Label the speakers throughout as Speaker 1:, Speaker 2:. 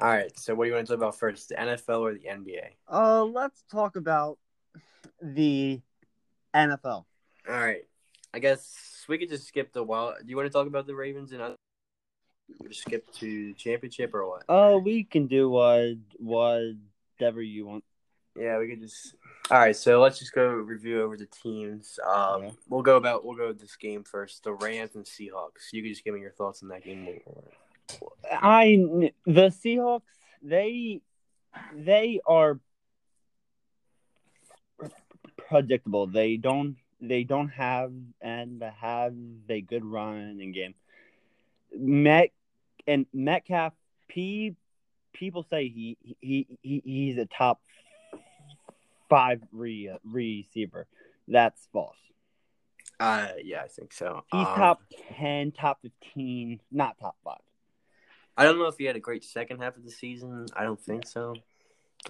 Speaker 1: All right. So, what do you want to talk about first, the NFL or the NBA?
Speaker 2: Uh, let's talk about the NFL.
Speaker 1: All right. I guess we could just skip the wild. Do you want to talk about the Ravens and other? we Just skip to championship or what?
Speaker 2: Oh, we can do what whatever you want.
Speaker 1: Yeah, we could just. All right, so let's just go review over the teams. Um,
Speaker 2: Okay.
Speaker 1: We'll go about we'll go with this game first. The Rams and Seahawks. You could just give me your thoughts on that game.
Speaker 2: I kn- the Seahawks they they are predictable. They don't they don't have and have a good running game. Met and Metcalf P people say he he, he he's a top five re, receiver. That's false.
Speaker 1: Uh, yeah, I think so.
Speaker 2: He's
Speaker 1: Um,
Speaker 2: top ten, top fifteen, not top five.
Speaker 1: I don't know if he had a great second half of the season. I don't think so.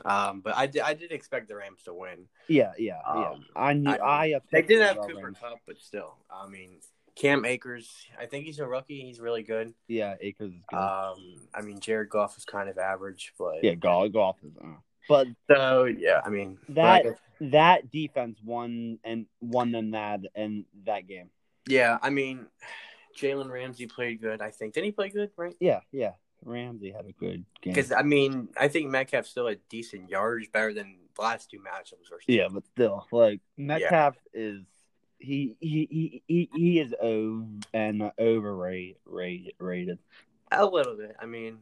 Speaker 1: Um, but I did, I did expect the Rams to win.
Speaker 2: Yeah, yeah,
Speaker 1: Um,
Speaker 2: yeah. I knew
Speaker 1: I-
Speaker 2: I,
Speaker 1: They
Speaker 2: upset
Speaker 1: did
Speaker 2: the
Speaker 1: have
Speaker 2: Wild
Speaker 1: Cooper
Speaker 2: Rams.
Speaker 1: Cup, but still, I mean, Cam Akers. I think he's a rookie. He's really good.
Speaker 2: Yeah, Akers is good.
Speaker 1: Um, I mean, Jared Goff is kind of average, but
Speaker 2: yeah, golf, golf is. Uh, but
Speaker 1: So yeah, I mean but I
Speaker 2: that
Speaker 1: guess-
Speaker 2: that defense won and won them that and that game.
Speaker 1: yeah, I mean, Jalen Ramsey played good. I think did he play good, right?
Speaker 2: Yeah, yeah. Ramsey had a good game.
Speaker 1: Because I mean, I think Metcalf's still a decent yardage, better than the last two matchups. Versus
Speaker 2: Yeah, but still, like Metcalf is he he he he, he is over and overrated rated.
Speaker 1: a little bit. I mean,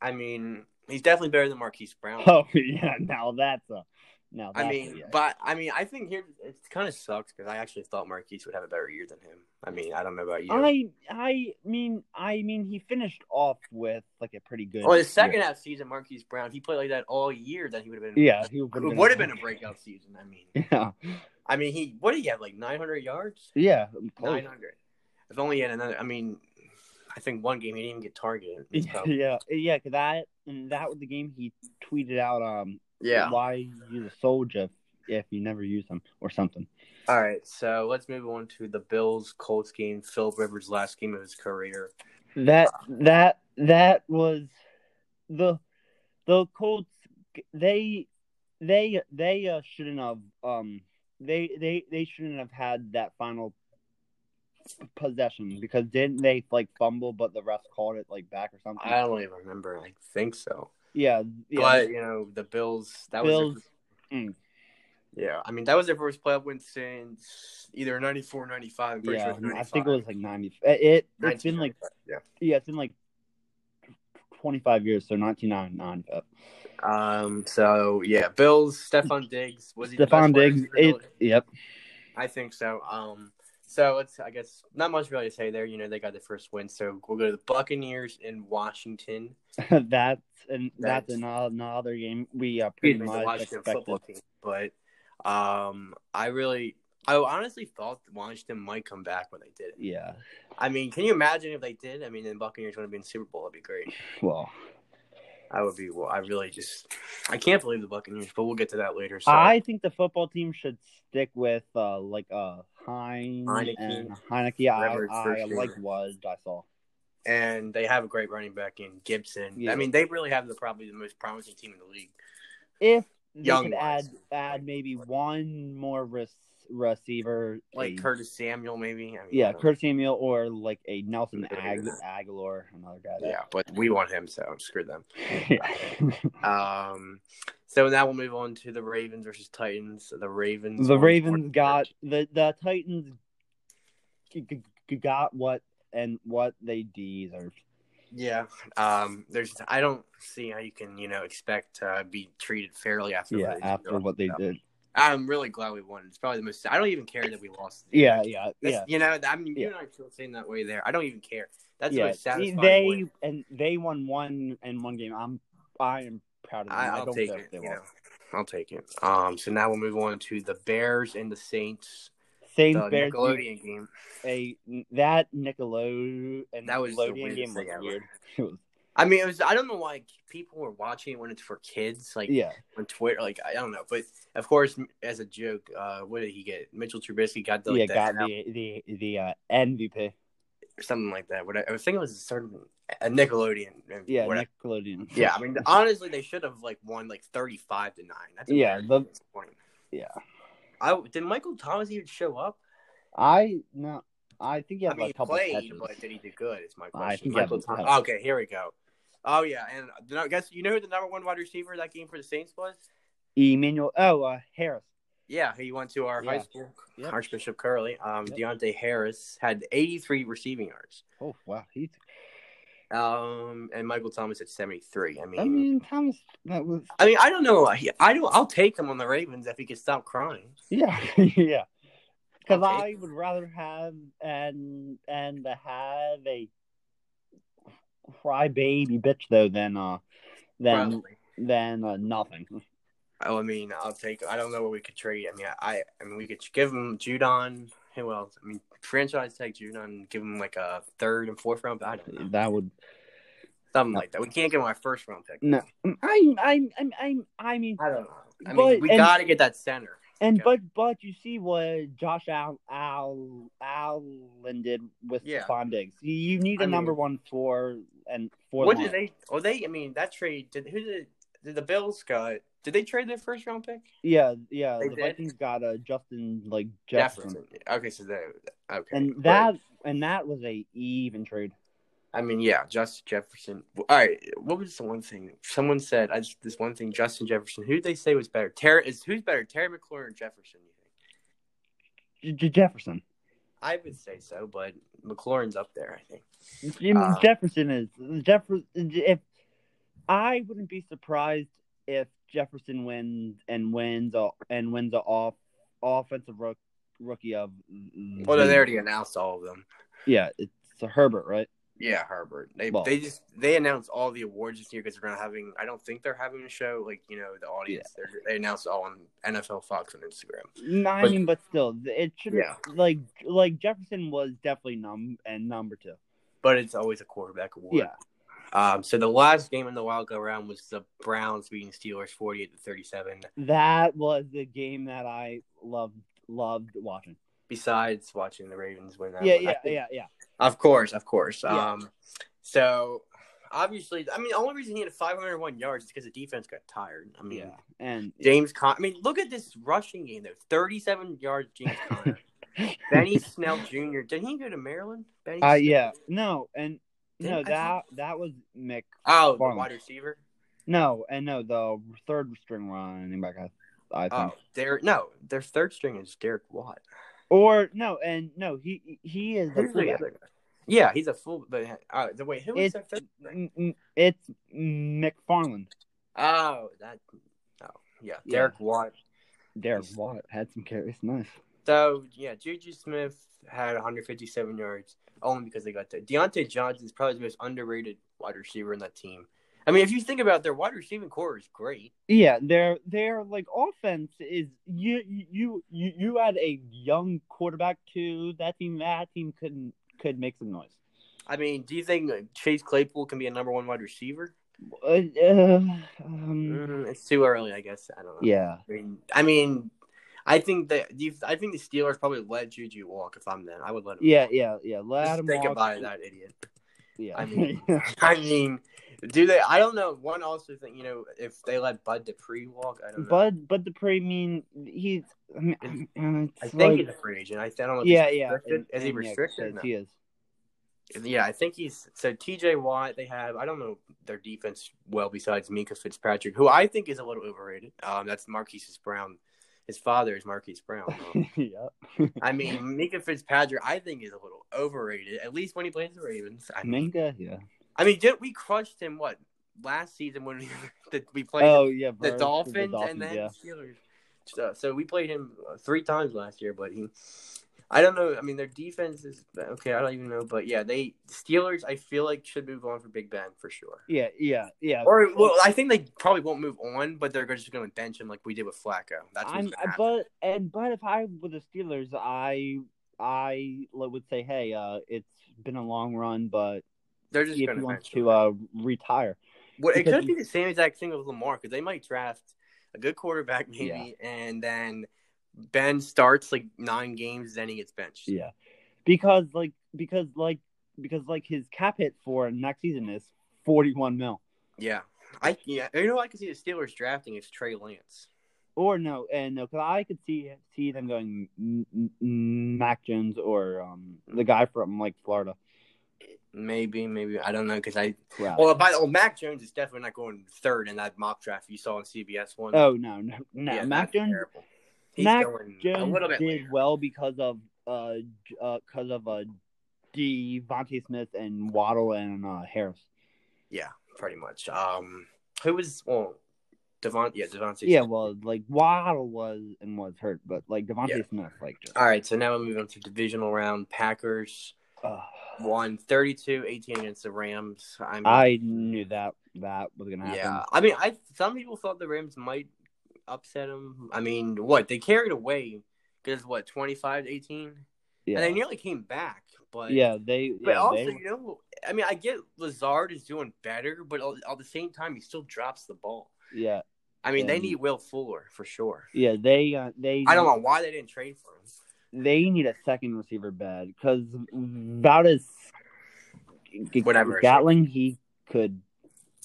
Speaker 1: I mean, he's definitely better than Marquise Brown.
Speaker 2: Oh yeah, now that's a now that's
Speaker 1: I
Speaker 2: a
Speaker 1: mean,
Speaker 2: yes.
Speaker 1: but I mean, I think here it kind of sucks because I actually thought Marquise would have a better year than him. I mean, I don't know about you.
Speaker 2: I I mean I mean he finished off with like a pretty good.
Speaker 1: Well, his second half season, Marquise Brown, if he played like that all year, then he would have been.
Speaker 2: Yeah, he would
Speaker 1: it would have been a breakout season. I mean,
Speaker 2: Yeah,
Speaker 1: I mean, he what did he have like 900 yards?
Speaker 2: yeah,
Speaker 1: Nine hundred. If only he had another. I mean, I think one game he didn't even get targeted. It's probably-
Speaker 2: yeah, yeah. 'cause that and that was the game he tweeted out. Um,
Speaker 1: yeah.
Speaker 2: why use a soldier if you never use him or something?
Speaker 1: All right. So let's move on to the Bills Colts game. Phil Rivers' last game of his career.
Speaker 2: That that that was the the Colts. They they they uh, shouldn't have um they they they shouldn't have had that final possession because didn't they like fumble but the refs called it like back or something?
Speaker 1: I don't even remember. I think so.
Speaker 2: yeah, yeah.
Speaker 1: But you know, the Bills. That was.
Speaker 2: Bills.
Speaker 1: their- Yeah, I mean that was their first playoff win since either 94 95. I'm pretty
Speaker 2: Yeah,
Speaker 1: sure it's 95.
Speaker 2: I think it was like ninety. eh, It it's been like
Speaker 1: 1995, yeah.
Speaker 2: yeah, it's been like twenty five years, so nineteen ninety nine.
Speaker 1: Um. So yeah, Bills. Stefan Diggs was he the
Speaker 2: Stephon
Speaker 1: best wide
Speaker 2: Diggs,
Speaker 1: receiver?
Speaker 2: it- yep,
Speaker 1: I think so. Um. So it's I guess not much really to say there. You know they got the first win, so we'll go to the Buccaneers in Washington.
Speaker 2: that's and that's,
Speaker 1: That's-
Speaker 2: ano- another game we uh, pretty
Speaker 1: Excuse me, the
Speaker 2: much
Speaker 1: Washington
Speaker 2: expected.
Speaker 1: football team. But um, I really, I honestly thought Washington might come back when they did. it.
Speaker 2: Yeah,
Speaker 1: I mean, can you imagine if they did? I mean, then Buccaneers would have been Super Bowl. That'd be great.
Speaker 2: well,
Speaker 1: I would be. Well, I really just, I can't believe the Buccaneers. But we'll get to that later. So
Speaker 2: I think the football team should stick with uh like uh Hein
Speaker 1: Heineke.
Speaker 2: and Heineke.
Speaker 1: Whatever his
Speaker 2: I, I
Speaker 1: first name
Speaker 2: like
Speaker 1: is.
Speaker 2: was I saw.
Speaker 1: and they have a great running back in Gibson.
Speaker 2: Yeah.
Speaker 1: I mean, they really have the probably the most promising team in the league.
Speaker 2: If they
Speaker 1: Young
Speaker 2: could add
Speaker 1: wise.
Speaker 2: add maybe one more res- receiver
Speaker 1: Like
Speaker 2: a-
Speaker 1: Curtis Samuel, maybe. I mean, I
Speaker 2: Yeah,
Speaker 1: don't-
Speaker 2: Curtis Samuel or like a Nelson
Speaker 1: Yeah.
Speaker 2: Ag- Aguilar, another guy.
Speaker 1: Yeah, but we want him, so screw them.
Speaker 2: Yeah.
Speaker 1: Um, so now we'll move on to the Ravens versus Titans. The Ravens.
Speaker 2: the
Speaker 1: won
Speaker 2: Ravens
Speaker 1: 14.
Speaker 2: got the the Titans g- g- g- got what and what they deserved.
Speaker 1: Yeah. Um. There's. I don't see how you can, you know, expect to be treated fairly after.
Speaker 2: Yeah,
Speaker 1: what they did.
Speaker 2: after what they
Speaker 1: Yeah.
Speaker 2: did.
Speaker 1: I'm really glad we won. It's probably the most. I don't even care that we lost.
Speaker 2: Yeah, yeah,
Speaker 1: That's,
Speaker 2: yeah.
Speaker 1: You know. I mean,
Speaker 2: Yeah.
Speaker 1: you're not still saying that way there. I don't even care. That's
Speaker 2: yeah.
Speaker 1: what satisfying.
Speaker 2: they
Speaker 1: win.
Speaker 2: and they won one in one game. I'm I am proud of them.
Speaker 1: I,
Speaker 2: I,
Speaker 1: I'll
Speaker 2: don't
Speaker 1: take
Speaker 2: care
Speaker 1: it.
Speaker 2: if they
Speaker 1: you
Speaker 2: won.
Speaker 1: know. I'll take it. Um. So now we'll move on to the Bears and the Saints. The
Speaker 2: Saints Bears
Speaker 1: Nickelodeon game.
Speaker 2: a that Nickelodeon and
Speaker 1: That was the
Speaker 2: Nickelodeon
Speaker 1: weirdest
Speaker 2: game was
Speaker 1: thing ever.
Speaker 2: weird.
Speaker 1: I
Speaker 2: It was,
Speaker 1: mean, it was. I don't know why people were watching it when it's for kids, like
Speaker 2: yeah.
Speaker 1: on Twitter. Like I don't know, but of course, as a joke, uh, what did he get? Mitchell Trubisky got the, like,
Speaker 2: yeah,
Speaker 1: the
Speaker 2: got
Speaker 1: NL
Speaker 2: the the the uh, MVP.
Speaker 1: or something like that. What I, I think it was a certain a Nickelodeon. and
Speaker 2: Yeah,
Speaker 1: whatever.
Speaker 2: Nickelodeon.
Speaker 1: yeah. I mean, honestly, they should have like won like thirty-five to nine. That's
Speaker 2: Yeah,
Speaker 1: embarrassing.
Speaker 2: the-
Speaker 1: That's funny.
Speaker 2: yeah.
Speaker 1: I did Michael Thomas even show up?
Speaker 2: I no, I think he
Speaker 1: I
Speaker 2: had
Speaker 1: mean,
Speaker 2: like
Speaker 1: he
Speaker 2: a couple
Speaker 1: played,
Speaker 2: catches.
Speaker 1: but did he do good? It's my
Speaker 2: I
Speaker 1: question.
Speaker 2: think he had
Speaker 1: Michael
Speaker 2: one
Speaker 1: Thomas.
Speaker 2: catch.
Speaker 1: Okay, here we go. Oh yeah, and then I guess you know who the number one wide receiver that game for the Saints was?
Speaker 2: Emmanuel. Oh, uh, Harris.
Speaker 1: Yeah, he went to our high
Speaker 2: Yeah.
Speaker 1: school,
Speaker 2: Yep.
Speaker 1: Archbishop Curley. Um,
Speaker 2: Yep.
Speaker 1: Deontay Harris had 83 receiving yards.
Speaker 2: Oh wow, he's.
Speaker 1: Um, and Michael Thomas at 73. I mean,
Speaker 2: I mean, Thomas. That was.
Speaker 1: I mean, I don't know. I, I don't. I'll take him on the Ravens if he can stop crying.
Speaker 2: Yeah, yeah. Because
Speaker 1: Okay.
Speaker 2: I would rather have and and have a cry baby bitch though than uh than
Speaker 1: Probably.
Speaker 2: than uh, nothing.
Speaker 1: Oh, I mean, I'll take. I don't know what we could trade. I mean, I. I mean, we could give him Judon. Who else? I mean, franchise tag Judon. and Give him like a third and fourth round. I don't know.
Speaker 2: That would
Speaker 1: Something like that. We can't give him our first round pick.
Speaker 2: no. I I I I I mean,
Speaker 1: I don't know. I mean,
Speaker 2: But-
Speaker 1: we
Speaker 2: and-
Speaker 1: got to get that center.
Speaker 2: and
Speaker 1: Okay.
Speaker 2: but but you see what Josh Al Al Allen did with
Speaker 1: Yeah.
Speaker 2: Stephon Diggs. You, you need
Speaker 1: I
Speaker 2: a
Speaker 1: mean-
Speaker 2: number one for and for
Speaker 1: What did they? Oh, they. I mean, that trade. Did who did? Did the Bills got? Did they trade their first round pick?
Speaker 2: Yeah, yeah.
Speaker 1: They
Speaker 2: the
Speaker 1: did?
Speaker 2: Vikings got uh, Justin like Jefferson.
Speaker 1: Okay, so they. Okay.
Speaker 2: and
Speaker 1: But,
Speaker 2: that and that was a even trade.
Speaker 1: I mean, yeah, Justin Jefferson. All right. What was the one thing someone said? I just this one thing. Justin Jefferson. Who did they say was better? Terry is who's better? Terry McLaurin or Jefferson? You think?
Speaker 2: J- J- Jefferson.
Speaker 1: I would say so, but McLaurin's up there. I think.
Speaker 2: Jim
Speaker 1: Uh,
Speaker 2: Jefferson is Jefferson. If I wouldn't be surprised if Jefferson wins and wins a, and wins the off offensive rook, rookie of.
Speaker 1: Well, no, they already announced all of them.
Speaker 2: Yeah, it's Herbert, right?
Speaker 1: Yeah, Herbert. They
Speaker 2: Well-
Speaker 1: they just they announced all the awards this year because they're not having. I don't think they're having a show like you know the audience. They're, they announced all on NFL Fox and Instagram.
Speaker 2: No, I
Speaker 1: But-
Speaker 2: mean, but still, it should
Speaker 1: Yeah.
Speaker 2: like like Jefferson was definitely num and number two.
Speaker 1: But it's always a quarterback award.
Speaker 2: Yeah,
Speaker 1: Um, so the last game in the wild go round was the Browns beating Steelers forty eight to thirty seven.
Speaker 2: that was the game that I loved loved watching.
Speaker 1: Besides watching the Ravens win that,
Speaker 2: Yeah,
Speaker 1: one. I
Speaker 2: yeah,
Speaker 1: think-
Speaker 2: yeah, yeah.
Speaker 1: Of course, of course.
Speaker 2: Yeah.
Speaker 1: Um, so obviously, I mean, the only reason he had five hundred one yards is because the defense got tired. I mean,
Speaker 2: Yeah, and
Speaker 1: James Con. I mean, look at this rushing game though. Thirty-seven yards, James Conner. Benny Snell Jr. Did he go to Maryland? Benny.
Speaker 2: Uh,
Speaker 1: Snell?
Speaker 2: yeah. No, and
Speaker 1: Didn't- I
Speaker 2: no,
Speaker 1: thought-
Speaker 2: that that was Mick.
Speaker 1: Oh, the
Speaker 2: Barnes.
Speaker 1: wide receiver.
Speaker 2: No, and no, the third string running back. I, I think,
Speaker 1: Oh, their no, their third string is Derek Watt.
Speaker 2: or no, and no, he he is.
Speaker 1: Who's the other guy? Yeah, he's a full. But uh, the wait, who was
Speaker 2: It's
Speaker 1: their third string?
Speaker 2: m- m- it's McFarland.
Speaker 1: Oh, that. Oh, yeah,
Speaker 2: Yeah.
Speaker 1: Derek Watt.
Speaker 2: Derek Watt had some carries. Nice.
Speaker 1: So yeah, Juju Smith had 157 yards only because they got that. Deontay Johnson is probably the most underrated wide receiver in that team. I mean, if you think about it, their wide receiving core is great.
Speaker 2: Yeah, their their like offense is you you you you had a young quarterback too. That team that team couldn't could make some noise.
Speaker 1: I mean, do you think like, Chase Claypool can be a number one wide receiver?
Speaker 2: Uh, uh, um,
Speaker 1: Mm, it's too early, I guess. I don't know.
Speaker 2: yeah.
Speaker 1: I mean, I mean, I think that you, I think the Steelers probably let Juju walk. If I'm them, I would let him.
Speaker 2: Yeah, yeah, yeah.
Speaker 1: walk.
Speaker 2: Let
Speaker 1: Just
Speaker 2: him
Speaker 1: think
Speaker 2: walk.
Speaker 1: about it, that idiot.
Speaker 2: Yeah.
Speaker 1: I mean- I mean, do they? I don't know. One also thing, you know, if they let Bud Dupree walk, I don't know.
Speaker 2: Bud Bud Dupree, I mean, he's. I mean, um,
Speaker 1: I
Speaker 2: it's
Speaker 1: think
Speaker 2: like-
Speaker 1: he's a free agent. I, I don't know. If
Speaker 2: yeah,
Speaker 1: he's
Speaker 2: yeah.
Speaker 1: restricted.
Speaker 2: and-
Speaker 1: is he
Speaker 2: and yeah,
Speaker 1: restricted?
Speaker 2: yes,
Speaker 1: No.
Speaker 2: he is.
Speaker 1: Yeah, I think he's. So T.J. Watt, they have. I don't know their defense well besides Mika Fitzpatrick, who I think is a little overrated. Um, that's Marquise Brown. His father is Marquise Brown. Um,
Speaker 2: yeah.
Speaker 1: I mean, Mika Fitzpatrick, I think is a little overrated. At least when he plays the Ravens. I mean,
Speaker 2: Manga, yeah.
Speaker 1: I mean, did we crushed him what last season when we that we played
Speaker 2: Oh, yeah.
Speaker 1: the
Speaker 2: versus
Speaker 1: Dolphins, and then
Speaker 2: yeah.
Speaker 1: Steelers. So, so we played him uh, three times last year, but he, I don't know. I mean, their defense is okay. I don't even know, but yeah, they Steelers. I feel like should move on for Big Ben for sure.
Speaker 2: Yeah, yeah, yeah.
Speaker 1: Or well, I think they probably won't move on, but they're just going to bench him like we did with Flacco. That's what's
Speaker 2: I'm,
Speaker 1: gonna happen.
Speaker 2: but and but if I were the Steelers, I I would say, hey, uh, it's been a long run, but
Speaker 1: they're just
Speaker 2: see if
Speaker 1: going
Speaker 2: he
Speaker 1: to
Speaker 2: wants
Speaker 1: bench him.
Speaker 2: to uh, retire,
Speaker 1: Well, it
Speaker 2: because-
Speaker 1: could be the same exact thing with Lamar because they might draft a good quarterback maybe, and then Ben starts like nine games, then he gets benched.
Speaker 2: yeah, because like because like because like his cap hit for next season is forty one mil.
Speaker 1: Yeah, I yeah, you know I could see the Steelers drafting is Trey Lance.
Speaker 2: Or no, and no, because I could see see them going M- M- Mac Jones or um, the guy from like Florida.
Speaker 1: Maybe, maybe I don't know because I.
Speaker 2: Crowder.
Speaker 1: Well, by the well, Mac Jones is definitely not going third in that mock draft you saw in CBS one.
Speaker 2: oh no, no, no.
Speaker 1: Yeah, that's
Speaker 2: Mac Jones,
Speaker 1: terrible. He's
Speaker 2: Mac
Speaker 1: going a
Speaker 2: Jones
Speaker 1: little bit
Speaker 2: did
Speaker 1: later.
Speaker 2: well because of uh because uh, 'cause of uh Devontae Smith and Waddle and uh, Harris.
Speaker 1: Yeah, pretty much. Um, who was well, Devon? Yeah, Devontae.
Speaker 2: Yeah,
Speaker 1: Smith.
Speaker 2: well, like Waddle was and was hurt, but like Devontae
Speaker 1: Yeah.
Speaker 2: Smith, like just
Speaker 1: All right, so now we move on to divisional round. Packers
Speaker 2: uh,
Speaker 1: won 32-18 against the Rams. I mean,
Speaker 2: I knew that that was gonna happen.
Speaker 1: yeah, I mean, I some people thought the Rams might upset them. I mean, what they carried away because what 25 to 18,
Speaker 2: yeah,
Speaker 1: and they nearly came back, but
Speaker 2: yeah. They,
Speaker 1: But
Speaker 2: yeah,
Speaker 1: also,
Speaker 2: they-
Speaker 1: you know, I mean, I get Lazard is doing better, but all- at the same time, he still drops the ball.
Speaker 2: yeah,
Speaker 1: I mean, they
Speaker 2: Yeah.
Speaker 1: need Will Fuller for sure.
Speaker 2: yeah. They, uh, they.
Speaker 1: I don't know why they didn't trade for him.
Speaker 2: They need a second receiver bad because about as
Speaker 1: Whatever his
Speaker 2: Gatling, he could,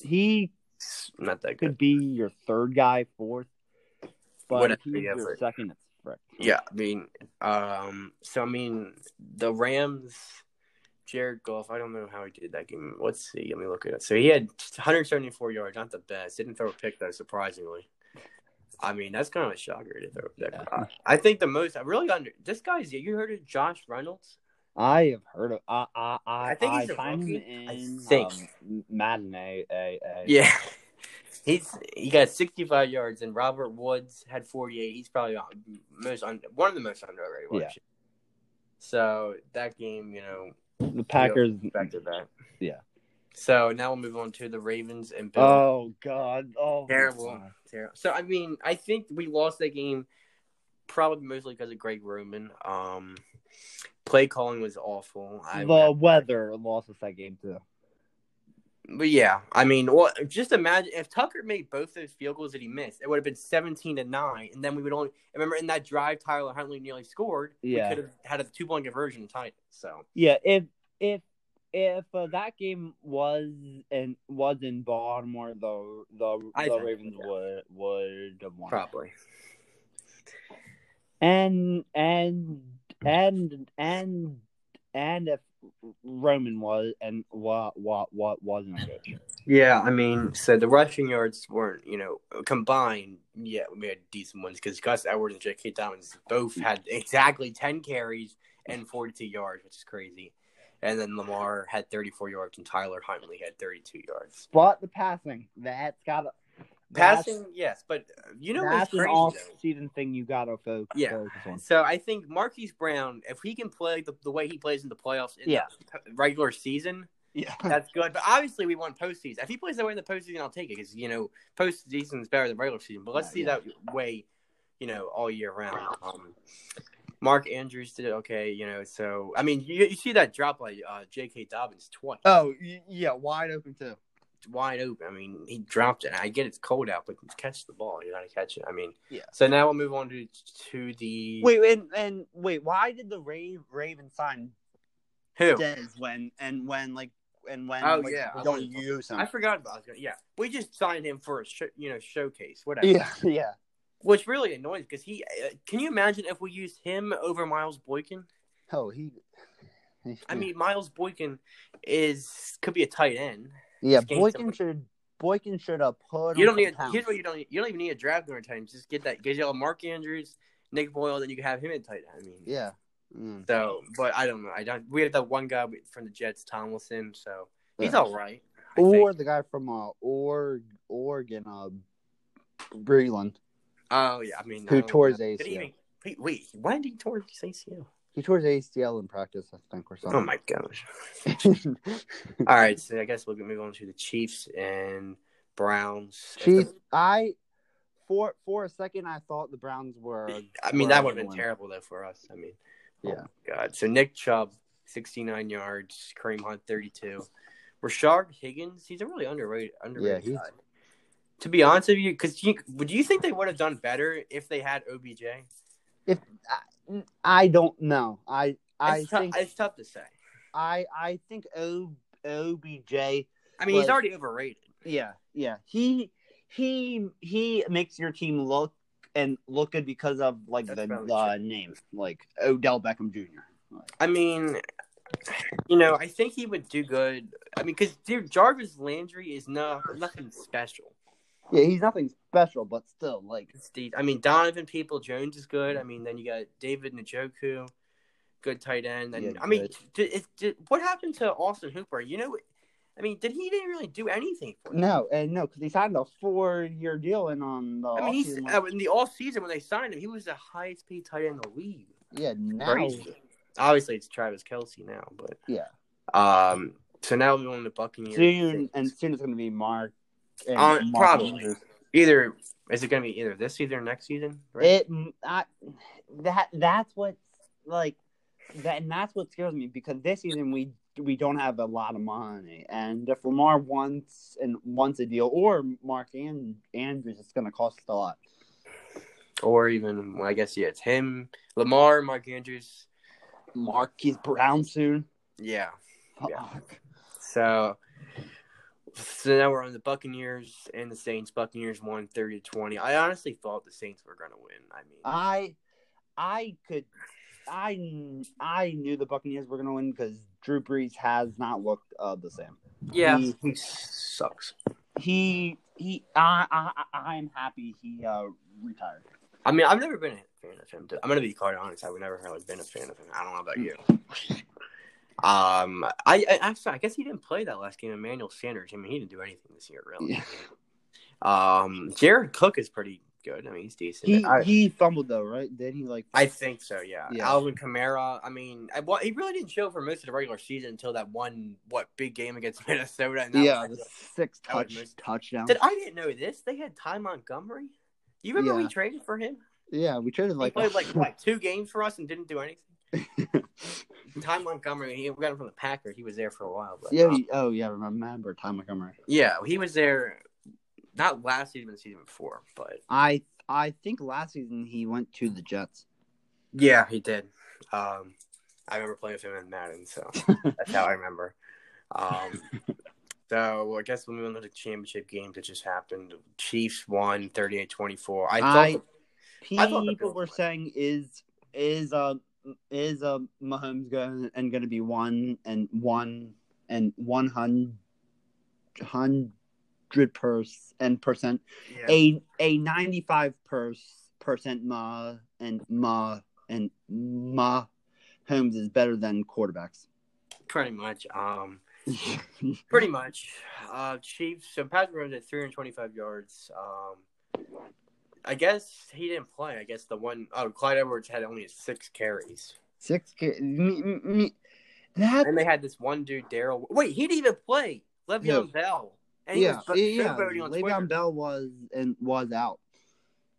Speaker 2: he
Speaker 1: It's not that good.
Speaker 2: could be your third guy, fourth, but
Speaker 1: Whatever,
Speaker 2: if he's
Speaker 1: yeah,
Speaker 2: your
Speaker 1: but-
Speaker 2: second. It's frick.
Speaker 1: Yeah, I mean, um, so I mean, the Rams, Jared Goff. I don't know how he did that game. Let's see. Let me look at it. So he had 174 yards, not the best. Didn't throw a pick though, surprisingly. I mean, that's kind of a shocker to throw a pick.
Speaker 2: Yeah.
Speaker 1: Uh, I think the most. I really under this guy's. You heard of Josh Reynolds?
Speaker 2: I have heard of. I I I,
Speaker 1: I think he's a
Speaker 2: find
Speaker 1: rookie.
Speaker 2: him
Speaker 1: I
Speaker 2: in
Speaker 1: think.
Speaker 2: um, Madden. A, a, a.
Speaker 1: Yeah. He's he got 65 yards and Robert Woods had 48. He's probably on, most un, one of the most underrated ones.
Speaker 2: Yeah.
Speaker 1: So that game, you know,
Speaker 2: the Packers.
Speaker 1: back to that.
Speaker 2: Yeah.
Speaker 1: So now we'll move on to the Ravens and Bills.
Speaker 2: Oh God! Oh my
Speaker 1: terrible,
Speaker 2: God.
Speaker 1: terrible. So I mean, I think we lost that game probably mostly because of Greg Roman. Um, play calling was awful. I
Speaker 2: the weather lost us that game too.
Speaker 1: But yeah, I mean, well, just imagine if Tucker made both those field goals that he missed, it would have been seventeen to nine, and then we would only remember in that drive Tyler Huntley nearly scored.
Speaker 2: Yeah.
Speaker 1: we could have had a two point conversion and tied it. So
Speaker 2: Yeah, if if if uh, that game was and was in Baltimore, the the,
Speaker 1: I
Speaker 2: the
Speaker 1: think,
Speaker 2: Ravens
Speaker 1: yeah.
Speaker 2: would would have won.
Speaker 1: probably,
Speaker 2: And and and and and if Roman was and what what what wasn't a coach.
Speaker 1: yeah. I mean, so the rushing yards weren't, you know, combined. Yeah, we had decent ones because Gus Edwards and J.K. Dobbins both had exactly ten carries and forty two yards, which is crazy. And then Lamar had thirty four yards, and Tyler Huntley had thirty two yards.
Speaker 2: But the passing that's got to
Speaker 1: Passing, yes, but uh, you know what's
Speaker 2: that's an
Speaker 1: crazy?
Speaker 2: off
Speaker 1: though?
Speaker 2: season thing you got to focus,
Speaker 1: Yeah.
Speaker 2: focus on.
Speaker 1: So I think Marquise Brown, if he can play the, the way he plays in the playoffs in
Speaker 2: Yeah.
Speaker 1: the regular season,
Speaker 2: Yeah,
Speaker 1: that's good. But obviously, we want postseason. If he plays that way in the postseason, I'll take it because you know postseason is better than regular season. But let's
Speaker 2: Yeah,
Speaker 1: see
Speaker 2: yeah.
Speaker 1: that way, you know, all year round. Um, Mark Andrews did okay, you know. So I mean, you, you see that drop like uh, J.K. Dobbins twice,
Speaker 2: Oh y- yeah, wide open too.
Speaker 1: wide open. I mean, he dropped it. I get it's cold out, but catch the ball. You gotta catch it. I mean,
Speaker 2: Yeah.
Speaker 1: So now we'll move on to to the
Speaker 2: Wait, and and wait, why did the Rave Raven sign
Speaker 1: who.
Speaker 2: Dez when and when like and when
Speaker 1: Oh,
Speaker 2: like,
Speaker 1: yeah,
Speaker 2: we
Speaker 1: I
Speaker 2: don't
Speaker 1: wasn't-
Speaker 2: use him.
Speaker 1: I forgot about that. Yeah, we just signed him for a sh- you know showcase, whatever.
Speaker 2: yeah, yeah.
Speaker 1: Which really annoys because he. Uh, can you imagine if we used him over Miles Boykin?
Speaker 2: Oh, he.
Speaker 1: I
Speaker 2: Hmm.
Speaker 1: mean, Miles Boykin is could be a tight end.
Speaker 2: yeah,
Speaker 1: he's getting
Speaker 2: Boykin
Speaker 1: somebody.
Speaker 2: should Boykin should have put.
Speaker 1: You
Speaker 2: him
Speaker 1: don't need.
Speaker 2: some pounds.
Speaker 1: Here's what you don't. need- You don't even need a draft during times. Just get that. Get you Mark Andrews, Nick Boyle, then you can have him in tight end. I mean,
Speaker 2: Yeah. Mm.
Speaker 1: So, but I don't know. I don't. We had that one guy from the Jets, Tomlinson. So he's
Speaker 2: Yeah.
Speaker 1: all right. I think.
Speaker 2: Or the guy from uh, or Oregon, uh, Breland.
Speaker 1: oh yeah, I mean
Speaker 2: Who
Speaker 1: I don't
Speaker 2: tore his
Speaker 1: know. Did he
Speaker 2: ACL.
Speaker 1: even- Wait, wait, why did he tore his ACL?
Speaker 2: He tore his ACL in practice, I think, or
Speaker 1: Oh
Speaker 2: something.
Speaker 1: my gosh.
Speaker 2: my!
Speaker 1: All right, so I guess we'll move on to the Chiefs and Browns.
Speaker 2: Chiefs. I for for a second I thought the Browns were.
Speaker 1: I mean,
Speaker 2: were
Speaker 1: that would have been
Speaker 2: everyone.
Speaker 1: terrible though for us. I mean, oh
Speaker 2: Yeah.
Speaker 1: my God. So Nick Chubb, sixty-nine yards. Kareem Hunt, thirty-two. Rashard Higgins, he's a really underrated underrated
Speaker 2: Yeah, he's-
Speaker 1: guy. To be honest with you, because you, would you think they would have done better if they had OBJ?
Speaker 2: Mm, I don't know. I I
Speaker 1: It's tou-
Speaker 2: think
Speaker 1: it's tough to say.
Speaker 2: I I think O OBJ.
Speaker 1: I mean, he's
Speaker 2: Like-
Speaker 1: already overrated.
Speaker 2: Yeah, yeah. He he he makes your team look and look good because of like
Speaker 1: That's probably
Speaker 2: the uh, name, like Odell Beckham Jr. Like,
Speaker 1: I mean, you know, I think he would do good. I mean, because dude, Jarvis Landry is no nothing special.
Speaker 2: yeah, he's nothing special, but still, like
Speaker 1: It's the, I mean, Donovan People Jones is good. I mean, then you got David Njoku, good tight end. And
Speaker 2: Yeah,
Speaker 1: I mean, did, is, did, what happened to Austin Hooper? You know, I mean, did he didn't really do anything for? Them.
Speaker 2: no, and no, because he signed a four-year deal, and on the
Speaker 1: I mean, he's
Speaker 2: offseason,
Speaker 1: uh, in the all season when they signed him, he was the highest paid tight end in the league.
Speaker 2: yeah, now
Speaker 1: Crazy. Obviously, it's Travis Kelsey now, but
Speaker 2: Yeah.
Speaker 1: Um. So now we're on the Buccaneers.
Speaker 2: soon and soon it's gonna be Mark. and
Speaker 1: Uh,
Speaker 2: Mark
Speaker 1: probably.
Speaker 2: Andrews.
Speaker 1: either is it going to be either this season or next season? Right?
Speaker 2: It I, that that's what like that and that's what scares me because this season we we don't have a lot of money and if Lamar wants and wants a deal or Mark and Andrews it's gonna cost a lot.
Speaker 1: or even well, I guess yeah, it's him, Lamar, Mark Andrews.
Speaker 2: Mark he's Brown soon. Oh,
Speaker 1: Yeah. Yeah.
Speaker 2: Fuck.
Speaker 1: So so now we're on the Buccaneers and the Saints. Buccaneers won thirty to twenty. I honestly thought the Saints were going to win. I mean,
Speaker 2: I I could I kn- I knew the Buccaneers were gonna win because Drew Brees has not looked uh, the same.
Speaker 1: yeah,
Speaker 2: he-
Speaker 1: he sucks.
Speaker 2: He he I I I- I'm happy he uh retired.
Speaker 1: I mean, I've never been a fan of him. I'm gonna be quite honest. I've never really been a fan of him. I don't know about you. Um, I, I actually, I guess he didn't play that last game. Emmanuel Sanders. I mean, he didn't do anything this year, really.
Speaker 2: Yeah.
Speaker 1: Um, Jared Cook is pretty good. I mean, he's decent.
Speaker 2: He
Speaker 1: I,
Speaker 2: he fumbled though, right? Then he like
Speaker 1: I think so. Yeah.
Speaker 2: Yeah.
Speaker 1: Alvin Kamara. I mean, I, well, he really didn't show for most of the regular season until that one what big game against Minnesota. And that
Speaker 2: yeah,
Speaker 1: was-
Speaker 2: the six
Speaker 1: that was
Speaker 2: touch
Speaker 1: missed.
Speaker 2: touchdown.
Speaker 1: Did I didn't know this? They had Ty Montgomery. Do you remember we
Speaker 2: Yeah.
Speaker 1: traded for him?
Speaker 2: yeah, we traded like
Speaker 1: he played like what two games for us and didn't do anything. Ty Montgomery, he, we got him from the Packers. He was there for a while, but
Speaker 2: yeah.
Speaker 1: um,
Speaker 2: we- oh yeah, remember Ty Montgomery?
Speaker 1: yeah, he was there not last season, but the season before. But
Speaker 2: I I think last season he went to the Jets.
Speaker 1: yeah, he did. Um, I remember playing with him in Madden, so that's how I remember. Um, so well, I guess we'll move on to the championship game that just happened. Chiefs won 38-24. I thought
Speaker 2: I-
Speaker 1: the- I thought the
Speaker 2: People
Speaker 1: Bills
Speaker 2: were
Speaker 1: won.
Speaker 2: saying is is uh is uh Mahomes going and going to be one and one and one hundred percent percent
Speaker 1: yeah.
Speaker 2: a a 95 per, percent ma and ma and ma Holmes is better than quarterbacks.
Speaker 1: pretty much. Um, Pretty much. Uh, Chiefs. So Patrick Mahomes at 325 yards. Um, I guess he didn't play. I guess the one oh Clyde Edwards had only six carries,
Speaker 2: Six ca- me, me, me- that
Speaker 1: and they had this one dude Daryl. Wait, he didn't even play. Le'Veon Bell. And he
Speaker 2: yeah,
Speaker 1: was
Speaker 2: yeah.
Speaker 1: showboating on Twitter.
Speaker 2: Le'Veon Bell was and was out.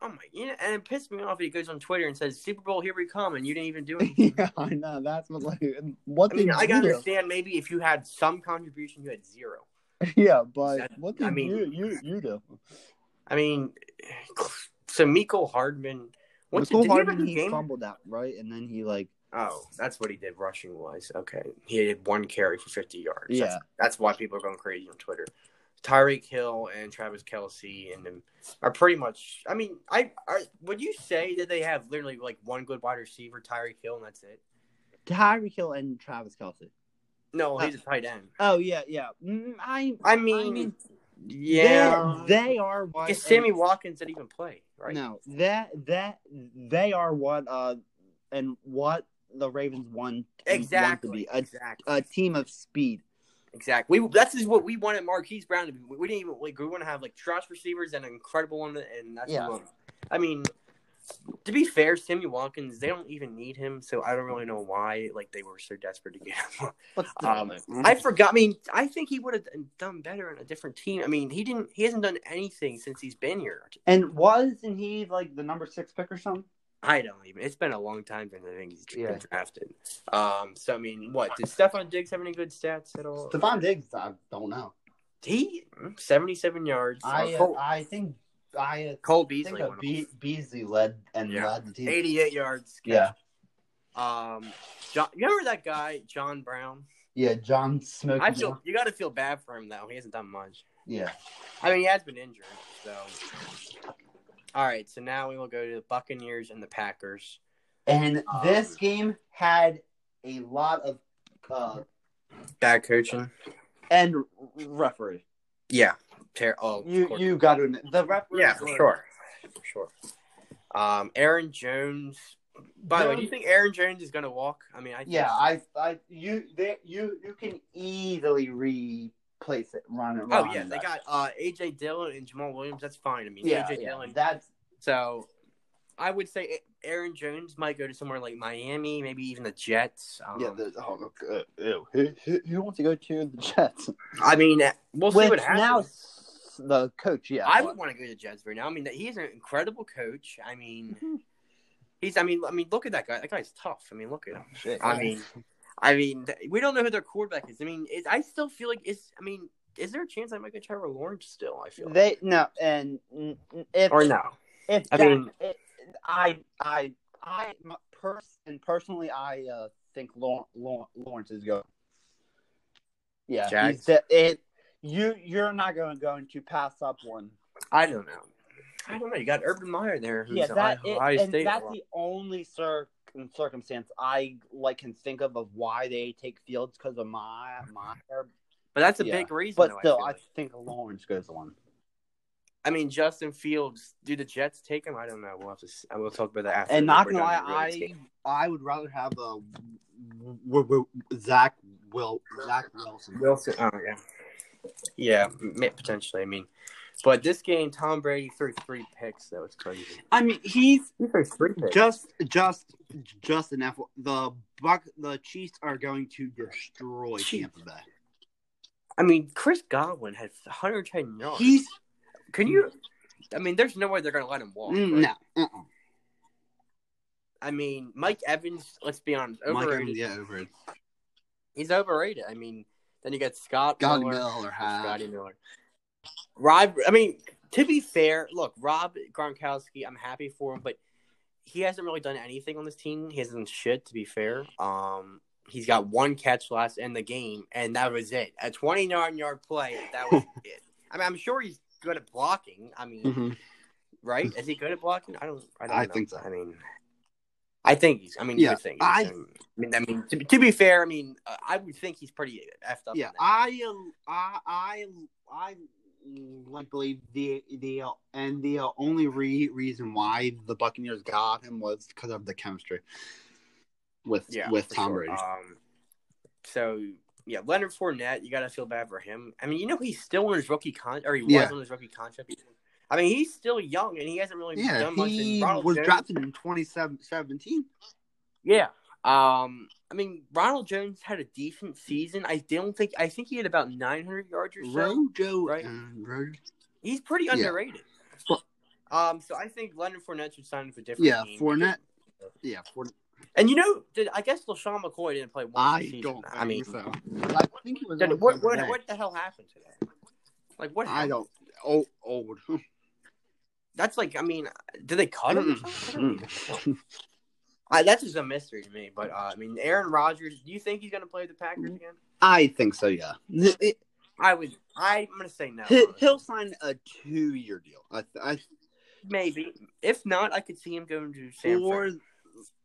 Speaker 1: Oh my! You know, and it pissed me off. He goes on Twitter and says, "Super Bowl, here we come," and you didn't even do anything.
Speaker 2: yeah, I know. That's what like what
Speaker 1: I
Speaker 2: they
Speaker 1: mean, I can
Speaker 2: do.
Speaker 1: understand maybe if you had some contribution, you had zero.
Speaker 2: Yeah, but
Speaker 1: That-
Speaker 2: what did
Speaker 1: I mean-
Speaker 2: you you you do?
Speaker 1: I mean, so Miko Hardman. What's
Speaker 2: Nicole
Speaker 1: did he have a
Speaker 2: Hardman
Speaker 1: good
Speaker 2: he
Speaker 1: game?
Speaker 2: fumbled that right, and then he like
Speaker 1: Oh, that's what he did rushing wise. Okay. He had one carry for 50 yards.
Speaker 2: Yeah.
Speaker 1: That's, that's why people are going crazy on Twitter. Tyreek Hill and Travis Kelsey and them are pretty much. I mean, I are, would you say that they have literally like one good wide receiver, Tyreek Hill, and that's it?
Speaker 2: Tyreek Hill and Travis Kelsey.
Speaker 1: No, he's a tight end.
Speaker 2: Oh yeah, yeah. Mm, I
Speaker 1: I mean,
Speaker 2: mean,
Speaker 1: yeah,
Speaker 2: They, they are what
Speaker 1: Because Sammy Watkins didn't even play, right?
Speaker 2: No, that that they are what uh and what the Ravens want
Speaker 1: exactly.
Speaker 2: want to be
Speaker 1: exactly.
Speaker 2: a, a team of speed.
Speaker 1: Exactly. We that's is what we wanted Marquise Brown to be. We, we didn't even like we want to have like trash receivers and an incredible one, and that's
Speaker 2: Yeah.
Speaker 1: yeah. I mean, to be fair, Sammy Watkins they don't even need him, so I don't really know why like they were so desperate to get him.
Speaker 2: What's the
Speaker 1: Um, I forgot. I mean, I think he would have done better in a different team. I mean, he didn't. He hasn't done anything since he's been here.
Speaker 2: and wasn't he like the number six pick or something?
Speaker 1: I don't even. It's been a long time since I think he's
Speaker 2: Yeah.
Speaker 1: been drafted. Um. So I mean, what did Stefan Diggs have any good stats at all?
Speaker 2: Stephon Diggs, I don't know.
Speaker 1: he seventy-seven yards.
Speaker 2: I
Speaker 1: Uh,
Speaker 2: uh,
Speaker 1: Cole-
Speaker 2: I think I uh,
Speaker 1: Cole
Speaker 2: think
Speaker 1: Beasley.
Speaker 2: that
Speaker 1: went off.
Speaker 2: Be- Beasley led and
Speaker 1: Yeah.
Speaker 2: led the team.
Speaker 1: 88 yards.
Speaker 2: Yeah.
Speaker 1: Um, John, you remember that guy, John Brown?
Speaker 2: Yeah, John Smokey.
Speaker 1: I feel
Speaker 2: John-
Speaker 1: you got to feel bad for him though. He hasn't done much.
Speaker 2: yeah.
Speaker 1: I mean, he has been injured. So, all right. So now we will go to the Buccaneers and the Packers.
Speaker 2: And
Speaker 1: Um,
Speaker 2: this game had a lot of uh,
Speaker 1: Bad coaching.
Speaker 2: and referee.
Speaker 1: Yeah. Ter- oh, of
Speaker 2: You
Speaker 1: course.
Speaker 2: you got to admit the referee.
Speaker 1: Yeah, for sure. For sure. Um, Aaron Jones. By the way, do you
Speaker 2: Jones-
Speaker 1: think Aaron Jones is going to walk? I mean, I think
Speaker 2: Yeah, I I you they, you you can easily replace it. Ron and
Speaker 1: Oh
Speaker 2: Ron
Speaker 1: yeah,
Speaker 2: and
Speaker 1: they
Speaker 2: that.
Speaker 1: got uh, AJ Dillon and Jamal Williams. That's fine. I mean,
Speaker 2: yeah,
Speaker 1: AJ
Speaker 2: yeah,
Speaker 1: Dillon.
Speaker 2: That's
Speaker 1: So, I would say A- Aaron Jones might go to somewhere like Miami, maybe even the Jets. Um,
Speaker 2: yeah. The, oh, uh, ew. Who, who who wants to go to the Jets?
Speaker 1: I mean, we'll see
Speaker 2: Which
Speaker 1: what happens.
Speaker 2: now s- the coach. Yeah,
Speaker 1: I would want to go to the Jets right now. I mean, he's an incredible coach. I mean, he's. I mean, I mean, look at that guy. That guy's tough. I mean, look at him.
Speaker 2: Shit,
Speaker 1: I
Speaker 2: yeah.
Speaker 1: mean, I mean, th- we don't know who their quarterback is. I mean, is, I still feel like is. I mean, is there a chance I might get Trevor Lawrence still? I feel like.
Speaker 2: they no and n- n- if
Speaker 1: or no.
Speaker 2: If
Speaker 1: I
Speaker 2: that,
Speaker 1: mean-
Speaker 2: it, I, I, I, my pers- and personally, I uh, think Lawrence, Lawrence is going. Yeah,
Speaker 1: Jags?
Speaker 2: he's de- it. You, you're not going going to pass up one.
Speaker 1: I don't know. I don't know. You got Urban Meyer there, who's
Speaker 2: yeah,
Speaker 1: Ohio,
Speaker 2: that it-
Speaker 1: Ohio
Speaker 2: and
Speaker 1: State.
Speaker 2: that's
Speaker 1: alum.
Speaker 2: the only cir- circumstance I like can think of of why they take Fields because of my my.
Speaker 1: but that's a
Speaker 2: yeah.
Speaker 1: big reason.
Speaker 2: But
Speaker 1: though,
Speaker 2: still,
Speaker 1: I, feel
Speaker 2: I,
Speaker 1: like.
Speaker 2: think Lawrence goes one.
Speaker 1: I mean, Justin Fields. Do the Jets take him? I don't know. We'll have to. s- I will talk about that after.
Speaker 2: And not
Speaker 1: we're
Speaker 2: gonna
Speaker 1: done
Speaker 2: lie,
Speaker 1: with the
Speaker 2: I I would rather have a w- w- Zach Will Zach Wilson.
Speaker 1: Wilson. Oh yeah, yeah, m- potentially. I mean, but this game, Tom Brady threw three picks. That was crazy.
Speaker 2: I mean, he's
Speaker 1: He threw three picks.
Speaker 2: just just just enough. The buck the Chiefs are going to destroy Tampa Bay.
Speaker 1: I mean, Chris Godwin had 110 yards.
Speaker 2: He's
Speaker 1: Can you? I mean, there's no way they're gonna let him walk.
Speaker 2: mm,
Speaker 1: right?
Speaker 2: no. Uh-uh.
Speaker 1: I mean, Mike Evans. Let's be honest.
Speaker 2: Mike
Speaker 1: Overrated.
Speaker 2: Evans, yeah, over it.
Speaker 1: He's overrated. I mean, then you got Scott
Speaker 2: God
Speaker 1: Miller.
Speaker 2: Miller has.
Speaker 1: Scotty Miller. Uh, Rob, I mean, to be fair, look, Rob Gronkowski, I'm happy for him, but he hasn't really done anything on this team. He hasn't done shit, to be fair. Um, he's got one catch last in the game, and that was it. A 29 yard play, that was it. I mean, I'm sure he's good at blocking. I mean,
Speaker 2: Mhm.
Speaker 1: right? Is he good at blocking? I don't. I, don't
Speaker 2: I
Speaker 1: know.
Speaker 2: think so.
Speaker 1: I mean, I think he's. I mean, you
Speaker 2: Yeah,
Speaker 1: would think.
Speaker 2: I-
Speaker 1: I, mean, I mean, to, to be fair, I mean, uh, I would think he's pretty effed up.
Speaker 2: Yeah,
Speaker 1: in that.
Speaker 2: I um, I I I like believe the the and the only re- reason why the Buccaneers got him was because of the chemistry with with
Speaker 1: for
Speaker 2: Tom
Speaker 1: sure.
Speaker 2: Brady.
Speaker 1: Um, so yeah, Leonard Fournette, you gotta feel bad for him. I mean, you know he's still on his rookie con, or he
Speaker 2: Yeah.
Speaker 1: was on his rookie contract. I mean, he's still young and he hasn't really
Speaker 2: yeah,
Speaker 1: done much. And
Speaker 2: he
Speaker 1: Ronald
Speaker 2: was
Speaker 1: Jones-
Speaker 2: drafted in 2017.
Speaker 1: Yeah. Um, I mean, Ronald Jones had a decent season. I don't think I think he had about 900 yards or so.
Speaker 2: Rojo,
Speaker 1: right?
Speaker 2: and Rojo-
Speaker 1: He's pretty
Speaker 2: Yeah.
Speaker 1: underrated.
Speaker 2: Well-
Speaker 1: Um, so I think Leonard Fournette should sign with a different.
Speaker 2: yeah,
Speaker 1: team.
Speaker 2: Fournette. Yeah, Fournette.
Speaker 1: And you know, did, I guess LaShawn McCoy didn't play one
Speaker 2: I
Speaker 1: season.
Speaker 2: don't. Think
Speaker 1: I mean,
Speaker 2: so. I think he was.
Speaker 1: Then
Speaker 2: on
Speaker 1: what,
Speaker 2: Tampa
Speaker 1: what,
Speaker 2: Bay.
Speaker 1: what the hell happened today? Like what?
Speaker 2: I
Speaker 1: happened?
Speaker 2: don't. Oh, old.
Speaker 1: That's like I mean, did they cut him? or
Speaker 2: Mm-mm.
Speaker 1: something? I don't even know. I, that's just a mystery to me. But uh, I mean, Aaron Rodgers. Do you think he's gonna play the Packers again?
Speaker 2: I think so. Yeah, It-
Speaker 1: I would. I'm gonna say no.
Speaker 2: he- he'll sign a two-year deal. I, I
Speaker 1: Maybe. If not, I could see him going to San
Speaker 2: or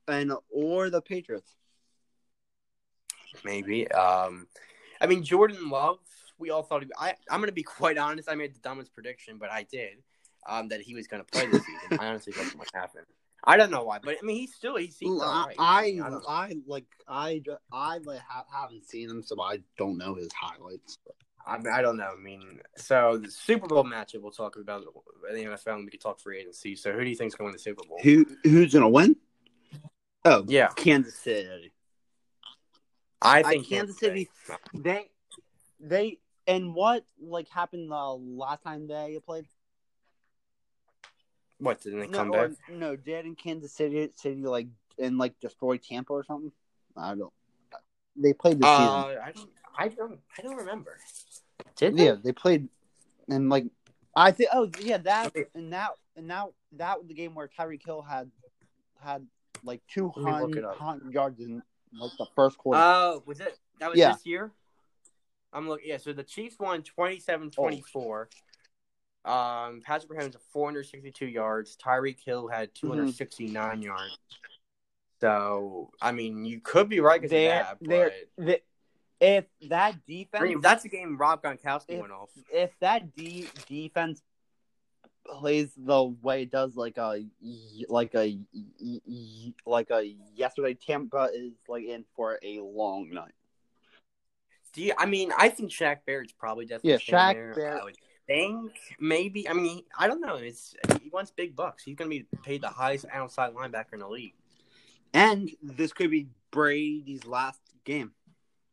Speaker 2: and or the Patriots.
Speaker 1: Fran. Maybe. Um, I mean, Jordan Love. We all thought. He, I I'm gonna be quite honest. I made the dumbest prediction, but I did. Um, that he was gonna play this season. I honestly thought it might happen. I don't know why, but I mean, he's still he's.
Speaker 2: Ooh, I,
Speaker 1: right.
Speaker 2: I,
Speaker 1: mean, don't know.
Speaker 2: I like I ju- I like, ha- haven't seen him, so I don't know his highlights.
Speaker 1: I, mean, I don't know. I mean, so the Super Bowl matchup we'll talk about in the NFL. And we could talk free agency. So who do you think's going to the Super Bowl?
Speaker 2: Who who's gonna win? Oh,
Speaker 1: Yeah,
Speaker 2: Kansas City.
Speaker 1: I
Speaker 2: I
Speaker 1: think
Speaker 2: Kansas City. They they and what like happened the last time they played?
Speaker 1: What didn't they
Speaker 2: No,
Speaker 1: come
Speaker 2: or,
Speaker 1: back?
Speaker 2: no, did in Kansas City City like and like destroy Tampa or something? I don't. They played this season.
Speaker 1: Uh, I don't. I don't. I don't remember. Did they?
Speaker 2: Yeah, they played, and like I think. Oh yeah, that
Speaker 1: Okay.
Speaker 2: and that and that that was the game where Tyreek Hill had had like two
Speaker 1: Let me look it
Speaker 2: hundred
Speaker 1: up.
Speaker 2: yards in like the first quarter.
Speaker 1: Oh, was it? That was
Speaker 3: Yeah.
Speaker 1: this year. I'm looking. Yeah, so the Chiefs won 27-24. Um, Patrick Mahomes had 462 yards. Tyreek Hill had
Speaker 2: Mm-hmm.
Speaker 1: 269 yards. So I mean, you could be right because of
Speaker 2: They're-
Speaker 1: that, but
Speaker 2: they're- the- if that
Speaker 1: I mean,
Speaker 2: defense,
Speaker 1: that's the game Rob Gronkowski
Speaker 2: If-
Speaker 1: went off.
Speaker 2: if that D defense plays the way it does, like a y- like a y- y- y- like a yesterday, Tampa is like in for a long night.
Speaker 1: Do you, I mean, I think Shaq Barrett's probably definitely
Speaker 2: Yeah,
Speaker 1: staying
Speaker 2: Shaq
Speaker 1: there.
Speaker 2: Barrett.
Speaker 1: I would think maybe. I mean, I don't know. It's he wants big bucks. He's going to be paid the highest outside linebacker in the league.
Speaker 3: And this could be Brady's last game.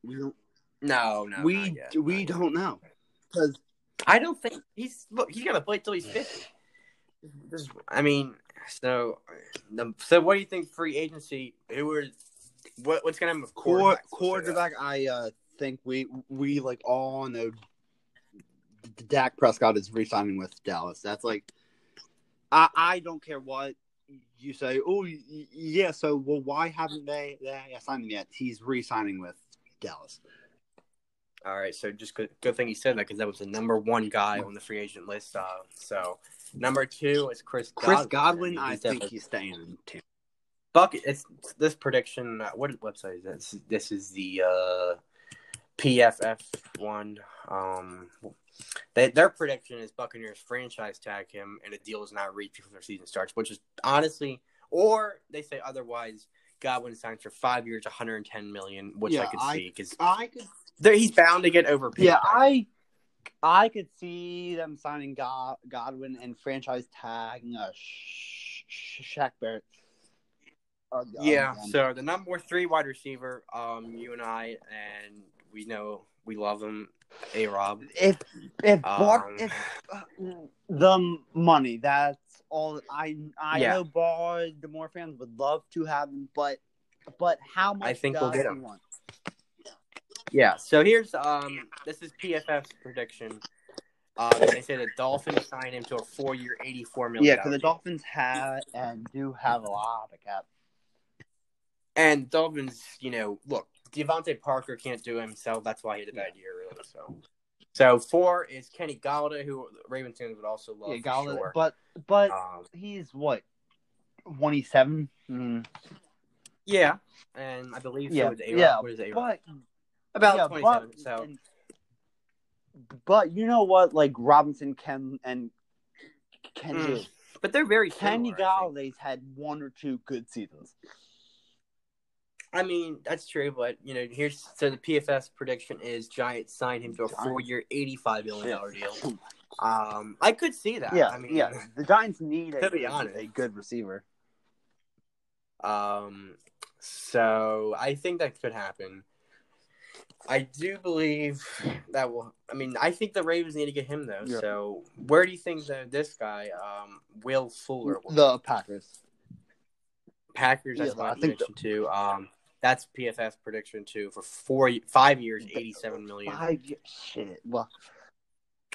Speaker 3: We don't,
Speaker 1: No, no,
Speaker 3: we
Speaker 1: not yet,
Speaker 3: we
Speaker 1: not yet.
Speaker 3: don't know because
Speaker 1: I don't think he's look. He's gonna play till he's fifty. This, is- I mean, so, the- so what do you think? Free agency? Who are? What, what's gonna happen with
Speaker 3: Quar-
Speaker 1: quarterbacks?
Speaker 3: quarterback, I uh, think we we like all know D- D- Dak Prescott is re-signing with Dallas. That's like I I don't care what you say. Oh y- y- yeah, so well, why haven't they they signed him yet? He's re-signing with Dallas.
Speaker 1: All right, so just good, good thing you said that because that was the number one guy on the free agent list. Uh, so number two is Chris.
Speaker 3: Chris Godwin,
Speaker 1: He's
Speaker 3: I think
Speaker 1: definitely-
Speaker 3: he's staying in Tampa.
Speaker 1: bucket. It's this prediction. uh, What website is this? This is the uh, PFF one. Um, they, their prediction is Buccaneers franchise tag him, and a deal is not reached before their season starts. Which is honestly, or they say otherwise. Godwin signs for five years, 110 million, which I
Speaker 3: Yeah,
Speaker 1: could
Speaker 3: I-
Speaker 1: see because
Speaker 3: I could
Speaker 1: he's bound to get overpaid.
Speaker 2: Yeah, I I could see them signing God, Godwin and franchise tagging uh, Sh- Sh- Shaq Barrett. Uh,
Speaker 1: Yeah,
Speaker 2: um,
Speaker 1: so the number three wide receiver, um, you and I, and we know we love him, A Rob.
Speaker 2: if if Bar-
Speaker 1: Um,
Speaker 2: if uh, the money, that's all. I I
Speaker 1: Yeah.
Speaker 2: know Baltimore fans would love to have him, but but how much?
Speaker 1: think we'll
Speaker 2: does
Speaker 1: get
Speaker 2: he
Speaker 1: him.
Speaker 2: want?
Speaker 1: Yeah. So here's um this is PFF's prediction. Um, they say the Dolphins sign him to a four-year, eighty-four million.
Speaker 2: Yeah, because the
Speaker 1: dollar deal.
Speaker 2: Dolphins have and do have a lot of cap.
Speaker 1: and Dolphins, you know, look, Devontae Parker can't do it himself. That's why he had a bad year, really. So, so four is Kenny Galladay, who Ravens fans would also love.
Speaker 2: Yeah,
Speaker 1: for
Speaker 2: Galladay,
Speaker 1: sure.
Speaker 2: but but
Speaker 1: um,
Speaker 2: he's what twenty seven. Mm.
Speaker 1: Mm-hmm. yeah, and I believe
Speaker 2: Yeah,
Speaker 1: so is A Rob.
Speaker 2: yeah,
Speaker 1: what is A Rob?
Speaker 2: But
Speaker 1: About
Speaker 2: yeah,
Speaker 1: twenty-seven.
Speaker 2: but-
Speaker 1: so
Speaker 2: and- but you know what? Like Robinson can and can
Speaker 1: Mm.
Speaker 2: do.
Speaker 1: But they're very
Speaker 2: Kenny
Speaker 1: similar, I think.
Speaker 2: Galladay's had one or two good seasons.
Speaker 1: I mean, that's true, but you know, here's so the PFS prediction is Giants sign him to a
Speaker 2: Giants.
Speaker 1: four-year, eighty-five million dollar deal. Um, I could see that.
Speaker 2: Yeah,
Speaker 1: I mean,
Speaker 2: yeah. The Giants need a,
Speaker 1: To be honest.
Speaker 2: a good receiver.
Speaker 1: Um, so I think that could happen. I do believe that will. I mean, I think the Ravens need to get him though.
Speaker 2: Yeah.
Speaker 1: So where do you think that this guy, um, Will Fuller, will
Speaker 2: The Packers.
Speaker 1: Packers? That's
Speaker 2: Yeah,
Speaker 1: my
Speaker 2: I think
Speaker 1: prediction too. Um, that's PFS prediction too for four, five years, eighty-seven million.
Speaker 2: Five years. Shit. Well,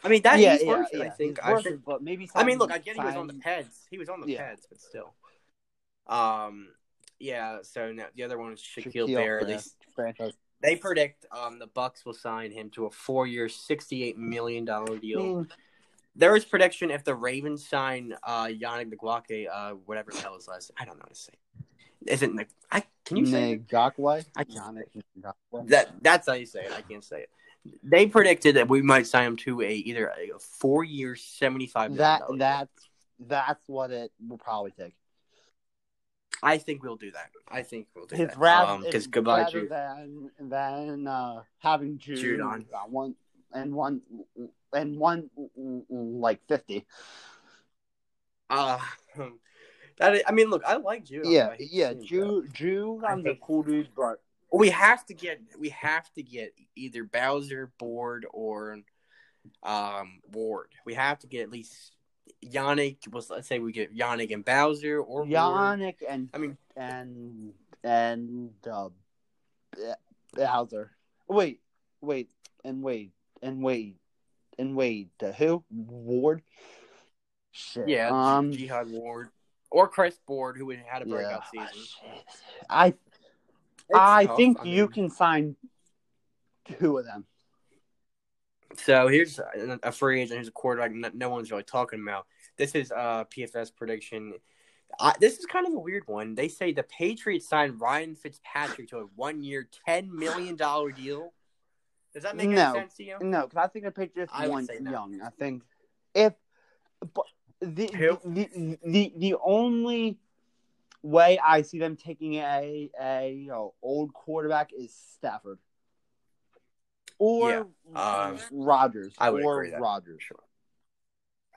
Speaker 1: I mean, that
Speaker 2: yeah,
Speaker 1: he's
Speaker 2: yeah,
Speaker 1: worth it.
Speaker 2: yeah.
Speaker 1: I think.
Speaker 2: He's
Speaker 1: I
Speaker 2: worth
Speaker 1: think.
Speaker 2: it, but maybe.
Speaker 1: I mean,
Speaker 2: sign-
Speaker 1: look, I get he was on the
Speaker 2: sign-
Speaker 1: Peds. He was on the
Speaker 2: Yeah.
Speaker 1: Peds, but still. Um, yeah. So now the other one is Shaquille,
Speaker 2: Shaquille
Speaker 1: Bear. They,
Speaker 2: Barrett franchise.
Speaker 1: they predict um the Bucks will sign him to a four-year, sixty-eight million dollar deal.
Speaker 2: Mm,
Speaker 1: There is prediction if the Ravens sign uh Yannick Ngakwe, uh whatever the hell his last. I don't know how to say. Is it? Ng- I can you say
Speaker 2: Ngakwe?
Speaker 1: I-
Speaker 2: Yannick Ngakwe.
Speaker 1: it? that? That's how you say it. I can't say it. They predicted that we might sign him to a either a four-year, seventy-five million
Speaker 2: that
Speaker 1: dollar deal.
Speaker 2: that's that's what it will probably take.
Speaker 1: I think we'll do that. I think we'll do
Speaker 2: His
Speaker 1: that.
Speaker 2: rather
Speaker 1: Um, because goodbye,
Speaker 2: rather
Speaker 1: Jude.
Speaker 2: than than uh, having Jude,
Speaker 1: Jude on.
Speaker 2: uh, one and one and one like fifty.
Speaker 1: Uh, that is, I mean, look, I like Jude.
Speaker 2: Yeah,
Speaker 1: I hate to
Speaker 2: yeah.
Speaker 1: see him go.
Speaker 2: Jew, Jew.
Speaker 1: I
Speaker 2: I'm the
Speaker 1: hate-
Speaker 2: cool dude, but
Speaker 1: We have to get we have to get either Bowser, Board, or um Ward. We have to get at least Yannick. Let's, let's say we get Yannick and Bowser or Ward.
Speaker 2: Yannick and
Speaker 1: I mean,
Speaker 2: and and uh, B- Bowser. Wait, wait, and wait, and wait, and wait. Uh, who? Ward. Shit.
Speaker 1: yeah,
Speaker 2: Um.
Speaker 1: Jihad Ward or Chris Board, who had a
Speaker 2: yeah.
Speaker 1: breakout season.
Speaker 2: Shit. I
Speaker 1: It's
Speaker 2: I
Speaker 1: tough,
Speaker 2: think
Speaker 1: I
Speaker 2: you
Speaker 1: mean.
Speaker 2: can sign two of them.
Speaker 1: So here's a a free agent who's a quarterback no, no one's really talking about. This is uh PFS prediction. I, this is kind of a weird one. They say the Patriots signed Ryan Fitzpatrick to a one-year, ten million dollar deal. Does that make
Speaker 2: No.
Speaker 1: any sense to you?
Speaker 2: No, because I think the Patriots
Speaker 1: I would
Speaker 2: want
Speaker 1: say no.
Speaker 2: Young. I think if but the,
Speaker 1: Who?
Speaker 2: the the the only way I see them taking a a you know, old quarterback is Stafford or
Speaker 1: um,
Speaker 2: Rodgers
Speaker 1: I would
Speaker 2: or
Speaker 1: agree that-
Speaker 2: Rodgers.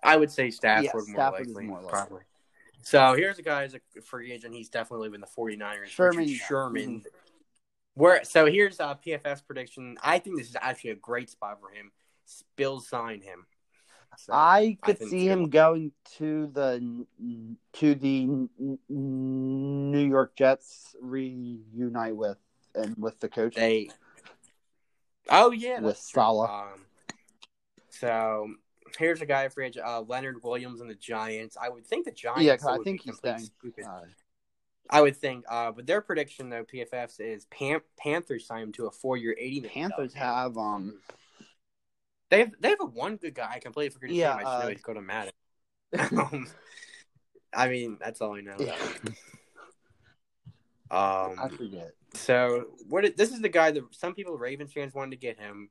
Speaker 1: I would say Stafford
Speaker 2: Yes,
Speaker 1: more
Speaker 2: Stafford is
Speaker 1: likely.
Speaker 2: more likely.
Speaker 1: Probably. So here's a guy who's a free agent. He's definitely leaving the 49ers.
Speaker 2: Sherman, Mm-hmm.
Speaker 1: Richard
Speaker 2: no.
Speaker 1: Sherman. Where so here's uh PFF's prediction. I think this is actually a great spot for him. Bills sign him. So,
Speaker 2: I
Speaker 1: I
Speaker 2: could
Speaker 1: think
Speaker 2: see
Speaker 1: so.
Speaker 2: him going to the n- to the n- n- New York Jets reunite with and with the coach
Speaker 1: they. Oh yeah,
Speaker 2: with
Speaker 1: that's true.
Speaker 2: Salah.
Speaker 1: Um, so here's a guy free agent, uh, Leonard Williams and the Giants. I would think the Giants.
Speaker 2: Yeah, 'cause I
Speaker 1: would be
Speaker 2: think he's
Speaker 1: complete
Speaker 2: staying.
Speaker 1: stupid.
Speaker 2: Uh,
Speaker 1: I would think, uh, but their prediction though PFF's is Pan- Panthers sign him to a four-year, eighty million.
Speaker 2: Panthers have um
Speaker 1: They have they have a one good guy. I completely forget his
Speaker 2: Yeah,
Speaker 1: name. I just
Speaker 2: uh,
Speaker 1: know he's going to Madden. Um, I mean, that's all I know.
Speaker 2: I
Speaker 1: Um,
Speaker 2: forget.
Speaker 1: so what? It, this is the guy that some people Ravens fans wanted to get him.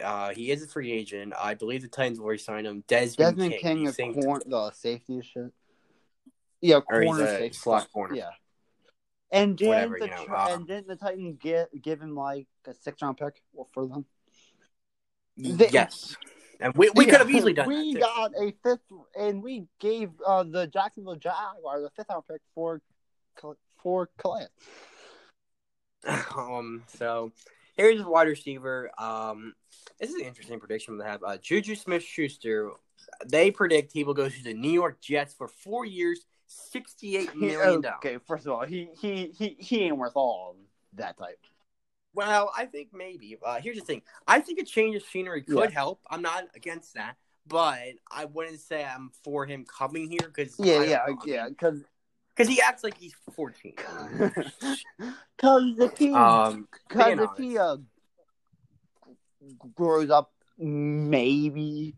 Speaker 1: Uh, he is a free agent. I believe the Titans will resign him. Desmond,
Speaker 2: Desmond King,
Speaker 1: You
Speaker 2: is
Speaker 1: think-
Speaker 2: corn, the safety and shit. Yeah,
Speaker 1: Or he's
Speaker 2: corner
Speaker 1: a
Speaker 2: safety.
Speaker 1: slot corner.
Speaker 2: Yeah. And didn't
Speaker 1: Whatever,
Speaker 2: the
Speaker 1: you know,
Speaker 2: Tr-
Speaker 1: uh,
Speaker 2: and didn't the Titans give give him like a six round pick for them? They-
Speaker 1: yes, and we, we
Speaker 2: Yeah.
Speaker 1: could have easily done.
Speaker 2: We
Speaker 1: that, too.
Speaker 2: got a fifth, and we gave uh, the Jacksonville Jaguars the fifth round pick for Cal- for Calais.
Speaker 1: Um, so here's a wide receiver. Um, this is an interesting prediction they have. Uh, Juju Smith Schuster, they predict he will go to the New York Jets for four years, $68 million.
Speaker 2: Okay, first of all, he he he he ain't worth all of that type.
Speaker 1: Well, I think maybe. Uh, here's the thing I think a change of scenery could
Speaker 2: Yeah.
Speaker 1: help. I'm not against that, but I wouldn't say I'm for him coming here because
Speaker 2: Yeah, yeah, yeah. Because
Speaker 1: because he acts like he's Um, 14.
Speaker 2: because if he
Speaker 1: um,
Speaker 2: Because
Speaker 1: Being
Speaker 2: if he uh, grows up, maybe.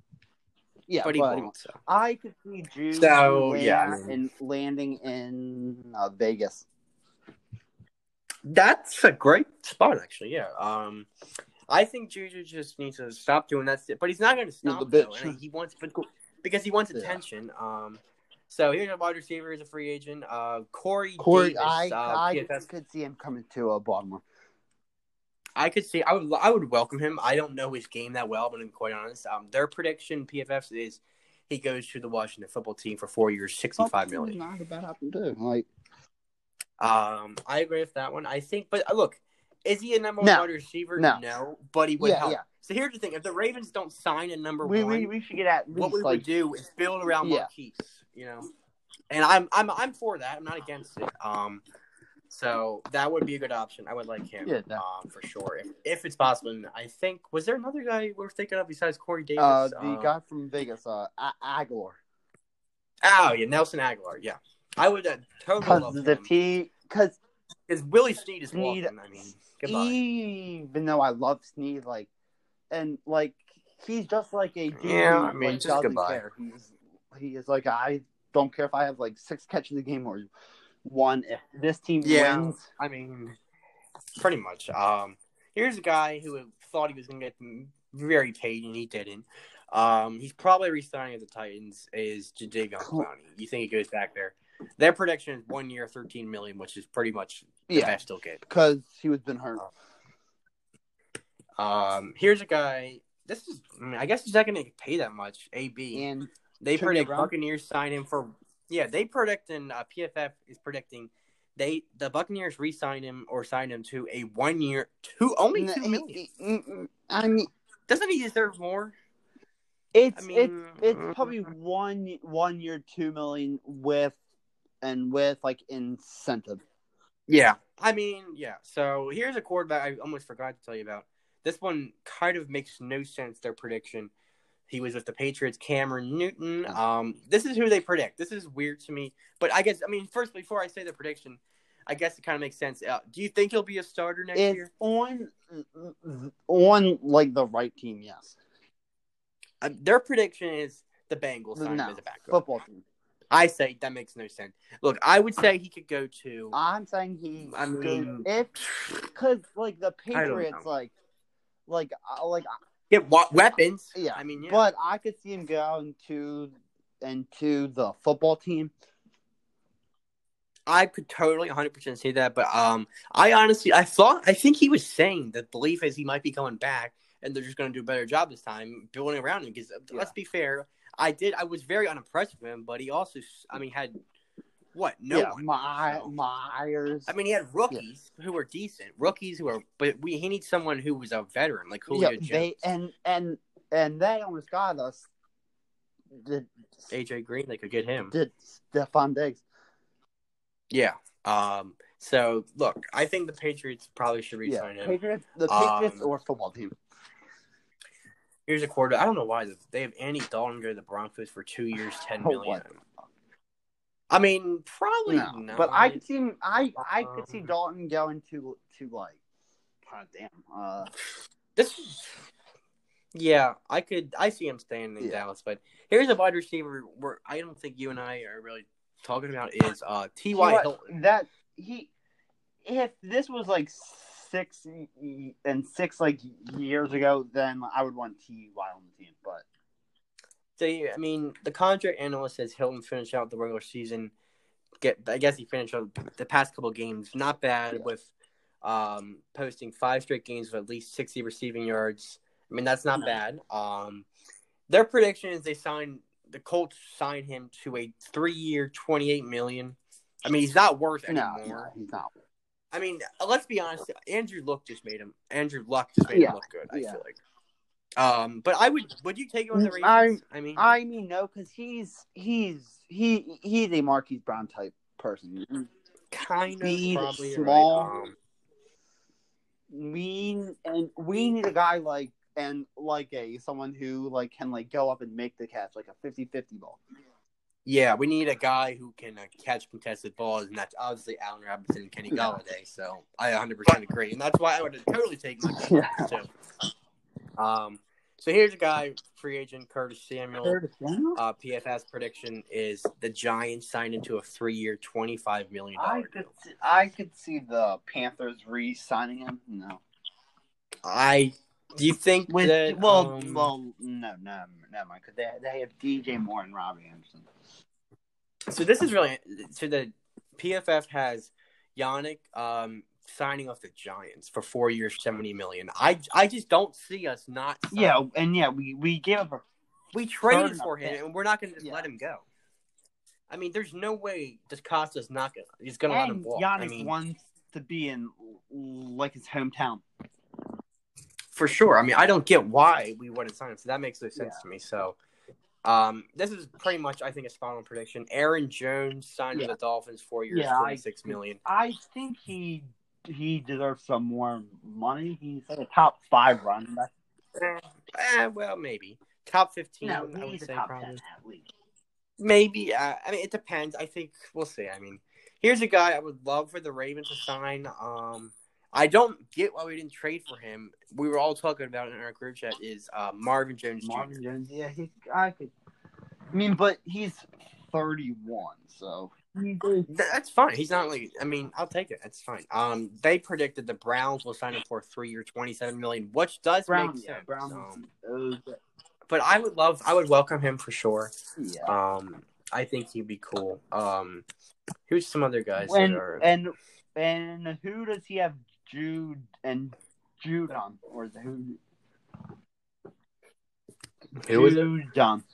Speaker 2: Yeah,
Speaker 1: but he won't. So.
Speaker 2: I could see Juju
Speaker 1: So,
Speaker 2: land-
Speaker 1: yeah, I mean-
Speaker 2: and landing in uh, Vegas.
Speaker 1: That's a great spot, actually. Yeah. Um, I think Juju just needs to stop doing that. St- but he's not going to
Speaker 2: He's a
Speaker 1: stop though,
Speaker 2: bitch.
Speaker 1: and he wants because he wants
Speaker 2: Yeah.
Speaker 1: attention. Um, so here's a wide receiver as a free agent. Uh, Corey.
Speaker 2: Corey,
Speaker 1: Davis,
Speaker 2: I,
Speaker 1: uh,
Speaker 2: I
Speaker 1: PFF.
Speaker 2: could see him coming to uh, Baltimore.
Speaker 1: I could see. I would. I would welcome him. I don't know his game that well, but I'm quite honest. Um, their prediction PFFs is he goes to the Washington football team for four years, sixty-five million.
Speaker 2: Not a bad option too. Like,
Speaker 1: Um, I agree with that one. I think, but uh, look, is he a number
Speaker 2: No.
Speaker 1: one wide receiver?
Speaker 2: No.
Speaker 1: but he would
Speaker 2: Yeah,
Speaker 1: help.
Speaker 2: yeah.
Speaker 1: So here's the thing: if the Ravens don't sign a number
Speaker 2: we,
Speaker 1: one,
Speaker 2: we we should get at least
Speaker 1: what we
Speaker 2: like
Speaker 1: would do is build around
Speaker 2: Yeah.
Speaker 1: Marquise, you know. And I'm I'm I'm for that. I'm not against it. Um, so that would be a good option. I would like him,
Speaker 2: Yeah, that-
Speaker 1: um, for sure, if, if it's possible. And I think was there another guy we were thinking of besides Corey Davis?
Speaker 2: uh, the
Speaker 1: Um,
Speaker 2: guy from Vegas, uh, A- Aguilar.
Speaker 1: Oh yeah, Nelson Aguilar. Yeah, I would uh, totally love
Speaker 2: Because
Speaker 1: him.
Speaker 2: if he, because
Speaker 1: Because Willie Sneed is
Speaker 2: Sneed-
Speaker 1: walking. I mean, goodbye.
Speaker 2: E even though I love Sneed, like, and like he's just like a dude
Speaker 1: Yeah,
Speaker 2: who,
Speaker 1: I mean,
Speaker 2: like,
Speaker 1: just
Speaker 2: doesn't
Speaker 1: goodbye.
Speaker 2: care. He's, he is like, I don't care if I have like six catches a game or one. If this team
Speaker 1: Yeah.
Speaker 2: wins,
Speaker 1: I mean, pretty much. Um, here's a guy who thought he was going to get very paid, and he didn't. Um, he's probably re-signing at the Titans. Is Jadavion
Speaker 2: Cool.
Speaker 1: Clowney? You think he goes back there? Their prediction is one year, thirteen million, which is pretty much the
Speaker 2: yeah,
Speaker 1: best he'll get.
Speaker 2: because he was been
Speaker 1: Oh,
Speaker 2: hurt.
Speaker 1: Um, here's a guy. This is, I, mean, I guess he's not going to get paid that much. AB.
Speaker 2: And
Speaker 1: They
Speaker 2: Should be
Speaker 1: predict
Speaker 2: around.
Speaker 1: Buccaneers sign him for yeah. They predict and uh, PFF is predicting they the Buccaneers re-sign him or sign him to a one year two only
Speaker 2: eh,
Speaker 1: two million.
Speaker 2: I mean,
Speaker 1: Doesn't he deserve more?
Speaker 2: it's
Speaker 1: I
Speaker 2: it's
Speaker 1: mean, mm-hmm.
Speaker 2: it's probably one one year two million with and with like incentive.
Speaker 1: yeah. I mean yeah. So here's a quarterback I almost forgot to tell you about. This one kind of makes no sense. Their prediction. He was with the Patriots, Cameron Newton. Um, this is who they predict. This is weird to me, but I guess I mean first before I say the prediction, I guess it kind of makes sense. Uh, do you think he'll be a starter next
Speaker 2: It's
Speaker 1: year?
Speaker 2: on on like the right team, yes.
Speaker 1: Uh, their prediction is the Bengals sign him
Speaker 2: No,
Speaker 1: as a backup.
Speaker 2: football team.
Speaker 1: I say that makes no sense. Look, I would say he could go to.
Speaker 2: I'm saying he.
Speaker 1: I
Speaker 2: goes-
Speaker 1: mean-
Speaker 2: if because like the
Speaker 1: I don't know.
Speaker 2: Patriots, like, like, uh, like,
Speaker 1: Get wa- weapons.
Speaker 2: Yeah,
Speaker 1: I mean, yeah.
Speaker 2: but I could see him going to into the football team.
Speaker 1: I could totally 100% see that, but um, I honestly, I thought, I think he was saying the belief is he might be coming back, and they're just going to do a better job this time, building around him. Because let's be fair, I did, I was very unimpressed with him, but he also, I mean, had what? No
Speaker 2: yeah,
Speaker 1: one.
Speaker 2: My,
Speaker 1: so.
Speaker 2: Myers.
Speaker 1: I mean, he had rookies who were decent, rookies who are, but we he needs someone who was a veteran, like Julio
Speaker 2: yeah,
Speaker 1: Jones,
Speaker 2: they and and and they almost got us. Did
Speaker 1: AJ Green. They could get him.
Speaker 2: did Stephon Diggs?
Speaker 1: Yeah. Um. So look, I think the Patriots probably should
Speaker 2: Yeah,
Speaker 1: re-sign him.
Speaker 2: Patriots, the
Speaker 1: Um,
Speaker 2: Patriots or football team.
Speaker 1: Here's a quarter. I don't know why they have Andy Dalton go to the Broncos for two years, ten
Speaker 2: Oh,
Speaker 1: million.
Speaker 2: what?
Speaker 1: I mean, probably
Speaker 2: No,
Speaker 1: not.
Speaker 2: but I could see him- I I could see
Speaker 1: Um,
Speaker 2: Dalton going to to like. God damn. Uh,
Speaker 1: this. Yeah, I could. I see him staying in
Speaker 2: Yeah.
Speaker 1: Dallas. But here's a wide receiver where I don't think you and I are really talking about is uh T.
Speaker 2: You
Speaker 1: Y.
Speaker 2: know
Speaker 1: Hilton.
Speaker 2: what? That he, if this was like six y- y- and six like years ago, then I would want T. Y. on the team. But
Speaker 1: So yeah, I mean, the contract analyst says Hilton finished out the regular season. Get, I guess he finished out the past couple games not bad
Speaker 2: Yeah.
Speaker 1: with um, posting five straight games with at least sixty receiving yards. I mean, that's not
Speaker 2: No.
Speaker 1: bad. Um, their prediction is they sign the Colts sign him to a three-year, twenty-eight million. I mean, he's not worth
Speaker 2: no,
Speaker 1: anymore.
Speaker 2: no, he's not.
Speaker 1: I mean, let's be honest. Andrew Luck just made him. Andrew Luck just made
Speaker 2: Yeah.
Speaker 1: him look good. I
Speaker 2: Yeah.
Speaker 1: feel like. Um, but I would. Would you take him on the
Speaker 2: I-
Speaker 1: Ravens? I, mean,
Speaker 2: I mean, no, because he's he's he he's a Marquise Brown type person.
Speaker 1: kind
Speaker 2: Be
Speaker 1: of probably you're
Speaker 2: small.
Speaker 1: Right. Um,
Speaker 2: We and we need a guy like and like a someone who like can like go up and make the catch like a 50-50 ball.
Speaker 1: yeah, we need a guy who can uh, catch contested balls, and that's obviously Allen Robinson and Kenny
Speaker 2: Yeah.
Speaker 1: Galladay. So I 100 percent agree, and that's why I would have totally taken him.
Speaker 2: Yeah.
Speaker 1: too. Um, so here's a guy, free agent Curtis Samuel. Uh, PFS prediction is the Giants signed into a three-year, twenty-five million
Speaker 2: I
Speaker 1: dollar
Speaker 2: could
Speaker 1: deal.
Speaker 2: see, I could see the Panthers re-signing him. No.
Speaker 1: I do you think
Speaker 2: With
Speaker 1: that
Speaker 2: well,
Speaker 1: um,
Speaker 2: well, no, no, no, Mike. They they have DJ Moore and Robbie Anderson.
Speaker 1: So this is really so the PFF has Yannick um, signing off the Giants for four years, seventy million. I I just don't see us not. signing-
Speaker 2: Yeah, and yeah, we we give up. a-
Speaker 1: we traded
Speaker 2: Turn
Speaker 1: for
Speaker 2: up
Speaker 1: him,
Speaker 2: there.
Speaker 1: and we're not going to just
Speaker 2: Yeah.
Speaker 1: let him go. I mean, there's no way Costa's not going. to He's going to let him
Speaker 2: And
Speaker 1: walk.
Speaker 2: Giannis
Speaker 1: I mean,
Speaker 2: wants to be in like his hometown.
Speaker 1: for sure. I mean, I don't get why we wouldn't sign him. So that makes no sense to me. So. Um, this is pretty much, I think, a final prediction. Aaron Jones signed
Speaker 2: Yeah.
Speaker 1: with the Dolphins four years,
Speaker 2: Yeah, I-
Speaker 1: forty-six million.
Speaker 2: I think he he deserves some more money. He's like a top five running back.
Speaker 1: Eh, well, maybe top fifteen.
Speaker 2: No,
Speaker 1: I would
Speaker 2: he's a
Speaker 1: say
Speaker 2: top
Speaker 1: probably.
Speaker 2: ten at least.
Speaker 1: Maybe. Uh, I mean, it depends. I think we'll see. I mean, here's a guy I would love for the Ravens to sign. Um, I don't get why we didn't trade for him. We were all talking about it in our group chat. Is uh, Marvin Jones Jr.
Speaker 2: Marvin Jones, yeah, he, I could. I mean, but he's thirty-one, so
Speaker 1: Th- That's fine. He's not like. I mean, I'll take it. That's fine. Um, they predicted the Browns will sign him for three or twenty-seven million, which does
Speaker 2: Brown,
Speaker 1: make
Speaker 2: yeah,
Speaker 1: sense.
Speaker 2: Brown.
Speaker 1: Um,
Speaker 2: uh,
Speaker 1: but I would love. I would welcome him for sure.
Speaker 2: yeah.
Speaker 1: Um, I think he'd be cool. Um, who's some other guys
Speaker 2: and,
Speaker 1: that are?
Speaker 2: and and who does he have Jude and Jude on or is it who?
Speaker 1: Who is it?
Speaker 2: Jude on?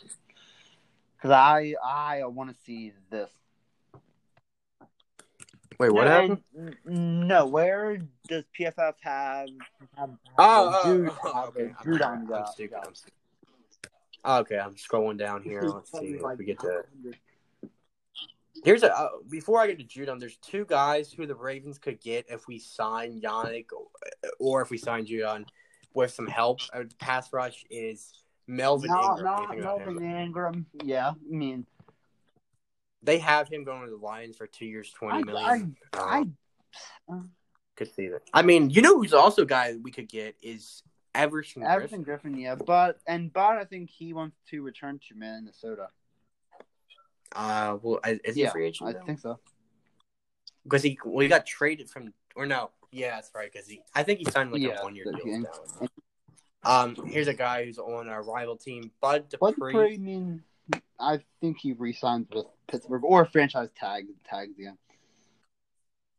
Speaker 2: Because I I want to see this.
Speaker 1: Wait, what
Speaker 2: no,
Speaker 1: happened?
Speaker 2: and- n- no, where does PFF have? have
Speaker 1: Oh, oh,
Speaker 2: Jude,
Speaker 1: oh,
Speaker 2: have
Speaker 1: okay. I'm,
Speaker 2: Jude
Speaker 1: sorry.
Speaker 2: on
Speaker 1: I'm
Speaker 2: the-
Speaker 1: stupid.
Speaker 2: the-
Speaker 1: I'm stupid. Okay, I'm scrolling down here.
Speaker 2: he's
Speaker 1: Let's
Speaker 2: probably
Speaker 1: see if
Speaker 2: like
Speaker 1: we get to.
Speaker 2: 100.
Speaker 1: Here's a uh, before I get to Judon. There's two guys who the Ravens could get if we sign Yannick or, uh, or if we sign Judon with some help. Uh, the pass rush is Melvin
Speaker 2: No,
Speaker 1: Ingram. What do
Speaker 2: no,
Speaker 1: you think about him?
Speaker 2: Melvin Ingram. Yeah, I mean,
Speaker 1: They have him going to the Lions for two years,
Speaker 2: I,
Speaker 1: twenty million.
Speaker 2: I, uh. I
Speaker 1: Um, Could see that. I mean, you know who's also a guy we could get is Everson. Griffin.
Speaker 2: Everton Griffin, yeah, but and but I think he wants to return to Minnesota.
Speaker 1: Uh, well, is is he a
Speaker 2: Yeah,
Speaker 1: free agent?
Speaker 2: I
Speaker 1: now?
Speaker 2: think so.
Speaker 1: because he well he got traded from or no yeah that's right because he I think he signed like
Speaker 2: Yeah,
Speaker 1: a one year
Speaker 2: but
Speaker 1: deal.
Speaker 2: he-
Speaker 1: with that one. Um, here's a guy who's on our rival team, Bud
Speaker 2: What
Speaker 1: Dupree.
Speaker 2: Dupree mean? I think he resigns with Pittsburgh or franchise tag tags again.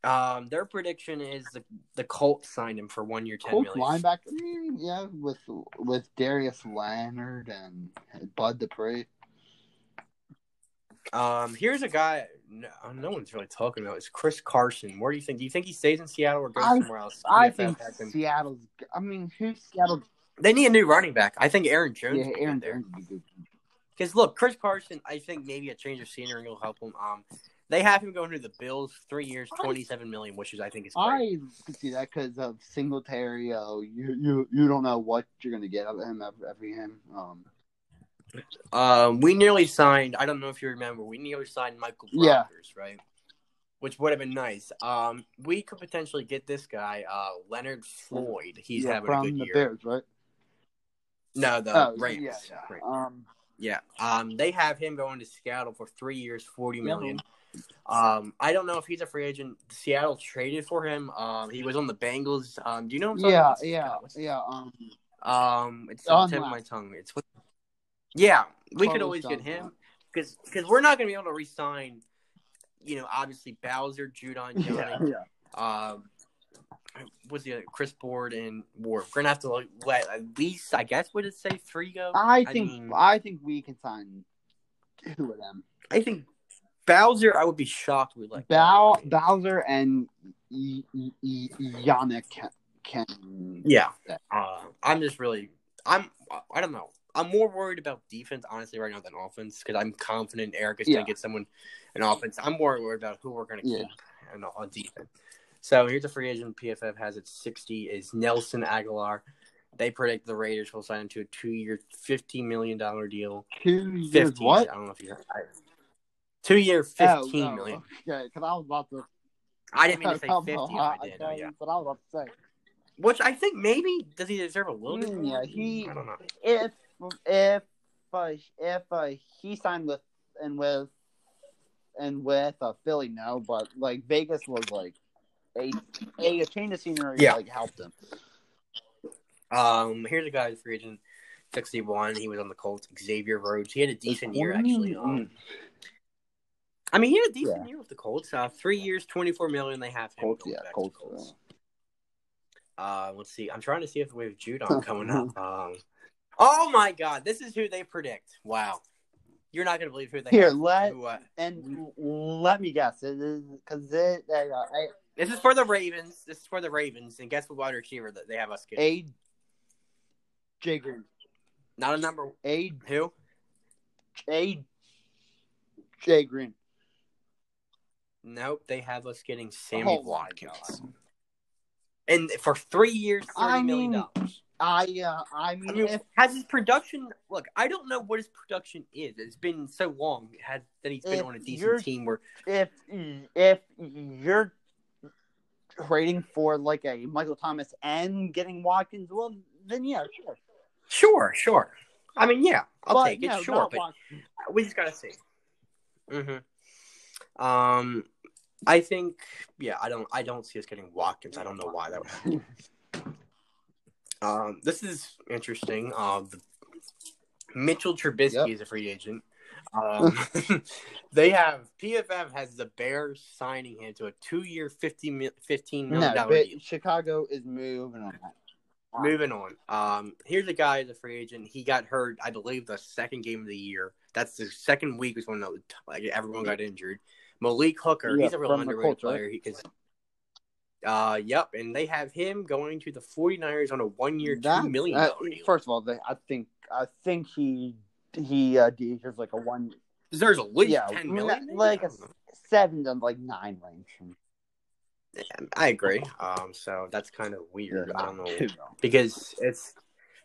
Speaker 1: Um, their prediction is the the Colts signed him for one year, ten
Speaker 2: Colts
Speaker 1: million.
Speaker 2: linebacker, mm, yeah, with with Darius Leonard and Bud Dupree.
Speaker 1: Um, here's a guy. No, no one's really talking about. Is Chris Carson? Where do you think? Do you think he stays in Seattle or goes
Speaker 2: I-
Speaker 1: somewhere else?
Speaker 2: I
Speaker 1: Yeah,
Speaker 2: think
Speaker 1: that's him.
Speaker 2: Seattle's. I mean, who's Seattle?
Speaker 1: they need a new running back. I think Aaron Jones.
Speaker 2: Yeah,
Speaker 1: would be
Speaker 2: Aaron
Speaker 1: good there.
Speaker 2: Jones. would be good.
Speaker 1: Because look, Chris Carson, I think maybe a change of scenery will help him. Um, they have him going to the Bills, three years,
Speaker 2: I-
Speaker 1: twenty-seven million, which is I think is great.
Speaker 2: I could see that because of Singletary. Oh, you you you don't know what you're gonna get out of him every, every him. Um,
Speaker 1: um, we nearly signed. I don't know if you remember, we nearly signed Michael
Speaker 2: Yeah.
Speaker 1: Brockers, right? Which would have been nice. Um, we could potentially get this guy, uh, Leonard Floyd. He's
Speaker 2: yeah,
Speaker 1: having a
Speaker 2: from
Speaker 1: good
Speaker 2: the
Speaker 1: year.
Speaker 2: Bears, right?
Speaker 1: No, the
Speaker 2: oh,
Speaker 1: Rams.
Speaker 2: yeah, yeah.
Speaker 1: Rams.
Speaker 2: Um,
Speaker 1: Yeah. Um, they have him going to Seattle for three years, forty
Speaker 2: Yeah.
Speaker 1: million. Um, I don't know if he's a free agent. Seattle traded for him. Um, he was on the Bengals. Um, do you know? What I'm talking
Speaker 2: yeah,
Speaker 1: about?
Speaker 2: yeah,
Speaker 1: God, what's-
Speaker 2: yeah. Um,
Speaker 1: Um, it's
Speaker 2: Don
Speaker 1: on the tip of
Speaker 2: Lack.
Speaker 1: my tongue. It's what. Yeah, we could
Speaker 2: Carlos
Speaker 1: always get
Speaker 2: Don
Speaker 1: him
Speaker 2: Lack.
Speaker 1: because because we're not going to be able to re-sign. You know, obviously Bowser, Judon,
Speaker 2: yeah,
Speaker 1: Johnny, um, what's the other Chris Board and Ward. We're gonna have to like, let at least I guess would it say three go.
Speaker 2: I think I,
Speaker 1: mean-
Speaker 2: think we can sign two of them.
Speaker 1: I think Bowser. I would be shocked. We like
Speaker 2: Bow, Bowser and y- y- y- Yannick can. can
Speaker 1: Yeah. Uh, I'm just really. I'm. I don't know. I'm more worried about defense, honestly, right now than offense because I'm confident Eric is
Speaker 2: Yeah.
Speaker 1: going to get someone an offense. I'm more worried about who we're going to
Speaker 2: Yeah.
Speaker 1: keep and on defense. So here's a free agent PFF has at 60 is Nelson Aguilar. They predict the Raiders will sign him to a two-year, fifteen million dollar deal.
Speaker 2: two years.
Speaker 1: 15,
Speaker 2: What?
Speaker 1: I don't know if you heard. I, two-year,
Speaker 2: Oh,
Speaker 1: fifteen million.
Speaker 2: oh, Okay, because I was about to.
Speaker 1: I didn't mean to say
Speaker 2: come
Speaker 1: fifty. If I
Speaker 2: on,
Speaker 1: did, oh, yeah.
Speaker 2: But I was about to say.
Speaker 1: Which I think maybe does he deserve a little bit?
Speaker 2: Mm,
Speaker 1: more?
Speaker 2: yeah, he-
Speaker 1: I don't know.
Speaker 2: if if uh, if uh, he signed with and with and with uh, Philly no, but like Vegas was like a a change of scenery
Speaker 1: Yeah.
Speaker 2: like helped him.
Speaker 1: Um, here's a guy free agent, sixty-one. He was on the Colts. Xavier Rhodes. He had a decent year actually. Um, I mean, he had a decent year with the Colts. Uh, three years, twenty-four million. They have him.
Speaker 2: Colts,
Speaker 1: going
Speaker 2: yeah,
Speaker 1: back to
Speaker 2: Colts.
Speaker 1: the Uh, let's see. I'm trying to see if we have Judon coming up. Um, oh my God, this is who they predict. Wow, you're not gonna believe who they
Speaker 2: Here,
Speaker 1: have.
Speaker 2: let
Speaker 1: Who, uh,
Speaker 2: and let me guess, it is because it uh, I,
Speaker 1: this is for the Ravens. This is for the Ravens. And guess what wide receiver that they have us get?
Speaker 2: a J Green,
Speaker 1: Not a number.
Speaker 2: a
Speaker 1: Who?
Speaker 2: a J Green.
Speaker 1: Nope, they have us getting Sammy
Speaker 2: Oh my
Speaker 1: Watkins. And for three years,
Speaker 2: I
Speaker 1: thirty million
Speaker 2: mean,
Speaker 1: dollars.
Speaker 2: I uh, I mean,
Speaker 1: I mean,
Speaker 2: if
Speaker 1: has his production? Look, I don't know what his production is. It's been so long had, that he's been
Speaker 2: If
Speaker 1: on a decent
Speaker 2: you're-
Speaker 1: team. Where
Speaker 2: if if you're trading for like a Michael Thomas and getting Watkins, well, then yeah, sure.
Speaker 1: sure, sure. I mean, yeah, I'll
Speaker 2: But
Speaker 1: take it.
Speaker 2: no,
Speaker 1: sure,
Speaker 2: not
Speaker 1: but
Speaker 2: Watkins.
Speaker 1: we just gotta see. Mm-hmm. Um, I think yeah, I don't, I don't see us getting Watkins. I don't know why that would happen. um, this is interesting. Um, Mitchell Trubisky
Speaker 2: Yep.
Speaker 1: is a free agent. Um, they have PFF has the Bears signing him to a two-year, 50 mil- fifteen
Speaker 2: no,
Speaker 1: million dollar
Speaker 2: but
Speaker 1: deal.
Speaker 2: Chicago is moving on.
Speaker 1: Moving on. Um, here's a guy as a free agent. He got hurt, I believe, the second game of the year. That's the second week was when the, like everyone got injured. Malik Hooker,
Speaker 2: Yeah,
Speaker 1: he's a real
Speaker 2: from the
Speaker 1: underrated
Speaker 2: Colts, right?
Speaker 1: player. He is. Uh, yep, and they have him going to the 49ers on a one-year,
Speaker 2: That-
Speaker 1: two million
Speaker 2: uh,
Speaker 1: dollar deal.
Speaker 2: first of all, they, I think I think he he uh, deserves like a one,
Speaker 1: Deserves at least
Speaker 2: yeah,
Speaker 1: ten million. maybe?
Speaker 2: like
Speaker 1: I
Speaker 2: a
Speaker 1: don't know.
Speaker 2: seven to like nine range.
Speaker 1: I agree. Um, so that's kind of weird. I don't know
Speaker 2: Two.
Speaker 1: because it's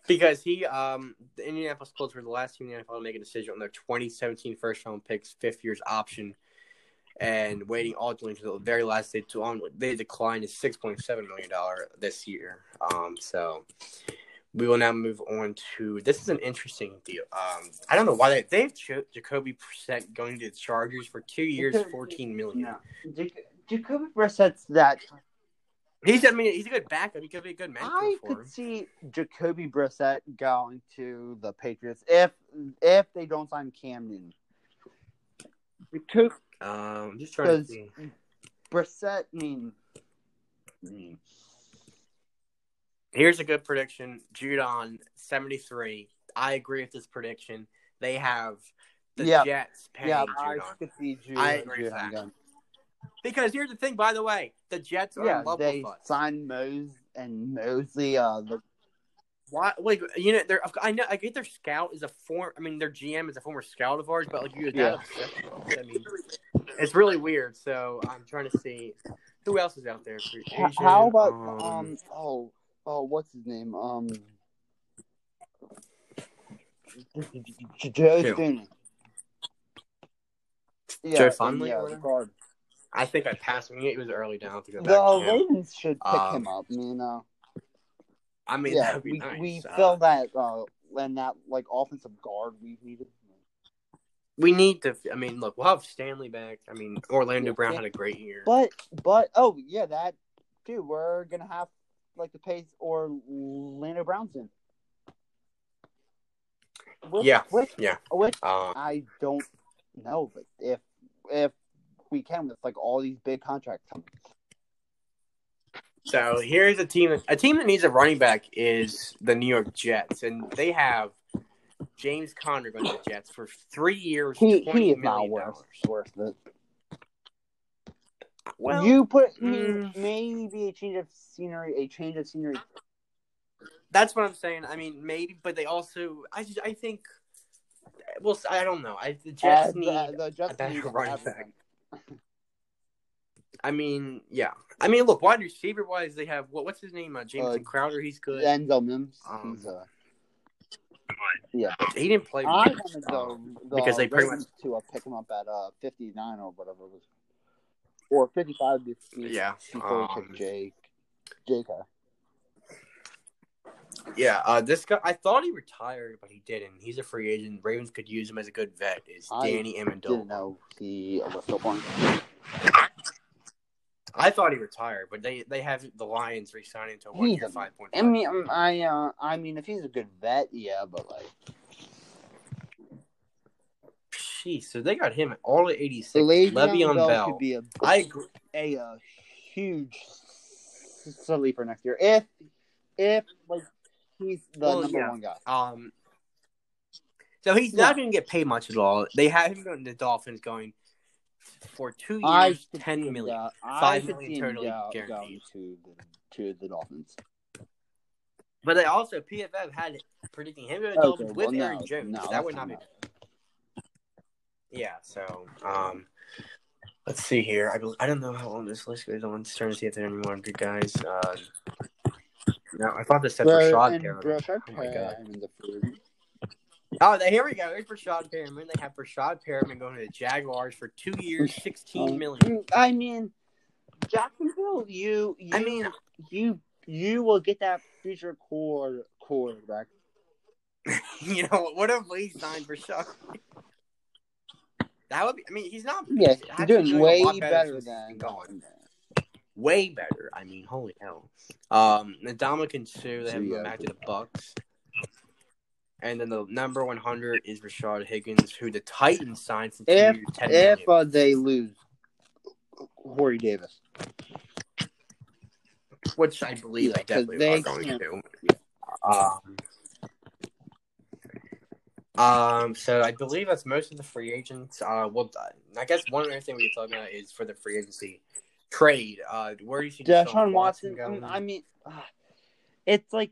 Speaker 1: because he um the Indianapolis Colts were the last team in the NFL to make a decision on their 2017 first round picks, fifth year's option, and waiting ultimately until the very last day to on they declined his six point seven million dollar this year. Um, so we will now move on to this is an interesting deal. Um, I don't know why they they've cho- Jacoby Percent going to the Chargers for two years, fourteen million.
Speaker 2: No. Jac- Jacoby Brissett's that.
Speaker 1: He's I mean he's a good backup. He could be a good mentor
Speaker 2: I
Speaker 1: for
Speaker 2: could
Speaker 1: him.
Speaker 2: see Jacoby Brissett going to the Patriots if if they don't sign Cam Newton. Jacoby
Speaker 1: Um, just trying to
Speaker 2: Because-
Speaker 1: see.
Speaker 2: Brissett, I mean, I mean,
Speaker 1: Here's a good prediction. Judon seventy three. I agree with this prediction. They have the
Speaker 2: Yeah.
Speaker 1: Jets paying
Speaker 2: yeah, I
Speaker 1: Judon.
Speaker 2: could see Ju-
Speaker 1: I agree with that.
Speaker 2: Judon going.
Speaker 1: Because here's the thing, by the way, the Jets are
Speaker 2: Yeah,
Speaker 1: in love
Speaker 2: they
Speaker 1: with us.
Speaker 2: signed Mose and Mosley. Uh, the,
Speaker 1: Why? Like you know, they're I know I get their scout is a form. I mean, their GM is a former scout of ours, but like you,
Speaker 2: Yeah.
Speaker 1: that I mean, it's really weird. So I'm trying to see who else is out there. Free
Speaker 2: h-
Speaker 1: agent,
Speaker 2: how about um, oh oh what's his name um Joe
Speaker 1: Who?
Speaker 2: Thuney. Yeah,
Speaker 1: Joe Finley
Speaker 2: yeah,
Speaker 1: or
Speaker 2: the
Speaker 1: whatever?
Speaker 2: guard.
Speaker 1: I think I passed. I mean, it was early down to go back.
Speaker 2: The
Speaker 1: to him.
Speaker 2: Ravens should pick
Speaker 1: Um,
Speaker 2: him up. You know,
Speaker 1: I mean,
Speaker 2: yeah,
Speaker 1: that'd be
Speaker 2: we
Speaker 1: nice.
Speaker 2: we
Speaker 1: Uh,
Speaker 2: fill that uh and that like offensive guard we needed.
Speaker 1: we need to. I mean, look, we'll have Stanley back. I mean, Orlando
Speaker 2: Yeah.
Speaker 1: Brown had a great year.
Speaker 2: But but oh yeah, that dude, we're gonna have like the pace or Lando Brownson. Which,
Speaker 1: Yeah,
Speaker 2: which,
Speaker 1: yeah.
Speaker 2: which
Speaker 1: Um,
Speaker 2: I don't know, but if if we can with like all these big contracts coming,
Speaker 1: So here's a team. A team that needs a running back is the New York Jets, and they have James Conner going to the Jets for three years.
Speaker 2: he he
Speaker 1: $20
Speaker 2: is not
Speaker 1: million
Speaker 2: worth worth it.
Speaker 1: Well,
Speaker 2: you put I
Speaker 1: mm.
Speaker 2: mean, maybe a change of scenery, a change of scenery.
Speaker 1: that's what I'm saying. I mean, maybe, but they also. I just, I think. Well, I don't know. I the Jets
Speaker 2: Add
Speaker 1: need.
Speaker 2: the, the Jets
Speaker 1: better
Speaker 2: need to
Speaker 1: running
Speaker 2: add
Speaker 1: back.
Speaker 2: them.
Speaker 1: I mean, yeah. I mean, look, wide receiver wise, they have what? What's his name? Uh, Jameson Crowder. He's good.
Speaker 2: Denzel Mims.
Speaker 1: Um,
Speaker 2: he's, uh,
Speaker 1: He didn't play.
Speaker 2: I wanted the,
Speaker 1: Um,
Speaker 2: the
Speaker 1: because they pretty
Speaker 2: Ravens to uh, pick him up at uh, 59 or whatever it was, or 55 be- be-
Speaker 1: Yeah,
Speaker 2: before we
Speaker 1: um,
Speaker 2: took Jake. Jake. uh,
Speaker 1: Yeah, uh, this guy. I thought he retired, but he didn't. He's a free agent. Ravens could use him as a good vet. Is
Speaker 2: I
Speaker 1: Danny Amendola?
Speaker 2: Didn't know he was still playing.
Speaker 1: I thought he retired, but they they have the Lions re-signing to one
Speaker 2: He
Speaker 1: year
Speaker 2: doesn't-
Speaker 1: five point
Speaker 2: I
Speaker 1: five.
Speaker 2: mean, um, I uh, I mean, if he's a good vet, yeah, but like
Speaker 1: Jeez, so they got him at all at eighty six.
Speaker 2: Le'Veon
Speaker 1: Le'Veon Bell.
Speaker 2: Bell, could be a
Speaker 1: I agree.
Speaker 2: a, uh, huge silly for next year if if like he's the
Speaker 1: Well,
Speaker 2: number
Speaker 1: yeah.
Speaker 2: one guy.
Speaker 1: Um, so he's not going to get paid much at all. They have him going to the Dolphins going for two
Speaker 2: I
Speaker 1: years,
Speaker 2: could see
Speaker 1: ten
Speaker 2: him
Speaker 1: million.
Speaker 2: go- I
Speaker 1: Five
Speaker 2: could
Speaker 1: million
Speaker 2: see him
Speaker 1: totally
Speaker 2: go-
Speaker 1: guaranteed.
Speaker 2: going to the to the Dolphins.
Speaker 1: But they also PFF had it predicting him to the
Speaker 2: Okay,
Speaker 1: Dolphins with
Speaker 2: well, no,
Speaker 1: Aaron Jones.
Speaker 2: no,
Speaker 1: that would not
Speaker 2: that's
Speaker 1: be.
Speaker 2: not-
Speaker 1: Yeah. So um, let's see here. I bel- I don't know how long this list goes. I'm just trying to see if there are any more good guys. Uh, no, I thought this said Rashad Perriman. Oh my God. Oh, they, here we go. Here's Rashad Perriman. They have Rashad Perriman going to the Jaguars for two years, sixteen
Speaker 2: Oh.
Speaker 1: million.
Speaker 2: um, mm, I mean, Jacksonville, you, you,
Speaker 1: I mean,
Speaker 2: you, you will get that future core quarterback.
Speaker 1: you know, what if we signed Rashad? That would be. I mean, he's not.
Speaker 2: Yes,
Speaker 1: he's
Speaker 2: you're
Speaker 1: actually
Speaker 2: doing
Speaker 1: a
Speaker 2: way
Speaker 1: lot
Speaker 2: better
Speaker 1: since he's
Speaker 2: than
Speaker 1: been gone. way better. I mean, holy hell. Um, Ndamukong and Sue, they have
Speaker 2: Yeah.
Speaker 1: moved back to the Bucks. And then the number 100 is Rashard Higgins, who the Titans signed for two
Speaker 2: If-
Speaker 1: years, 10
Speaker 2: if
Speaker 1: million.
Speaker 2: uh, they lose Corey Davis.
Speaker 1: which I believe
Speaker 2: yeah,
Speaker 1: they
Speaker 2: 'cause
Speaker 1: definitely
Speaker 2: they
Speaker 1: are going
Speaker 2: can't-
Speaker 1: to do. Um, um, so I believe that's most of the free agents. Uh, well, I guess one other thing we can talk about is for the free agency trade. Uh, where do you see
Speaker 2: Deshaun Watson.
Speaker 1: going?
Speaker 2: I mean, ah, it's like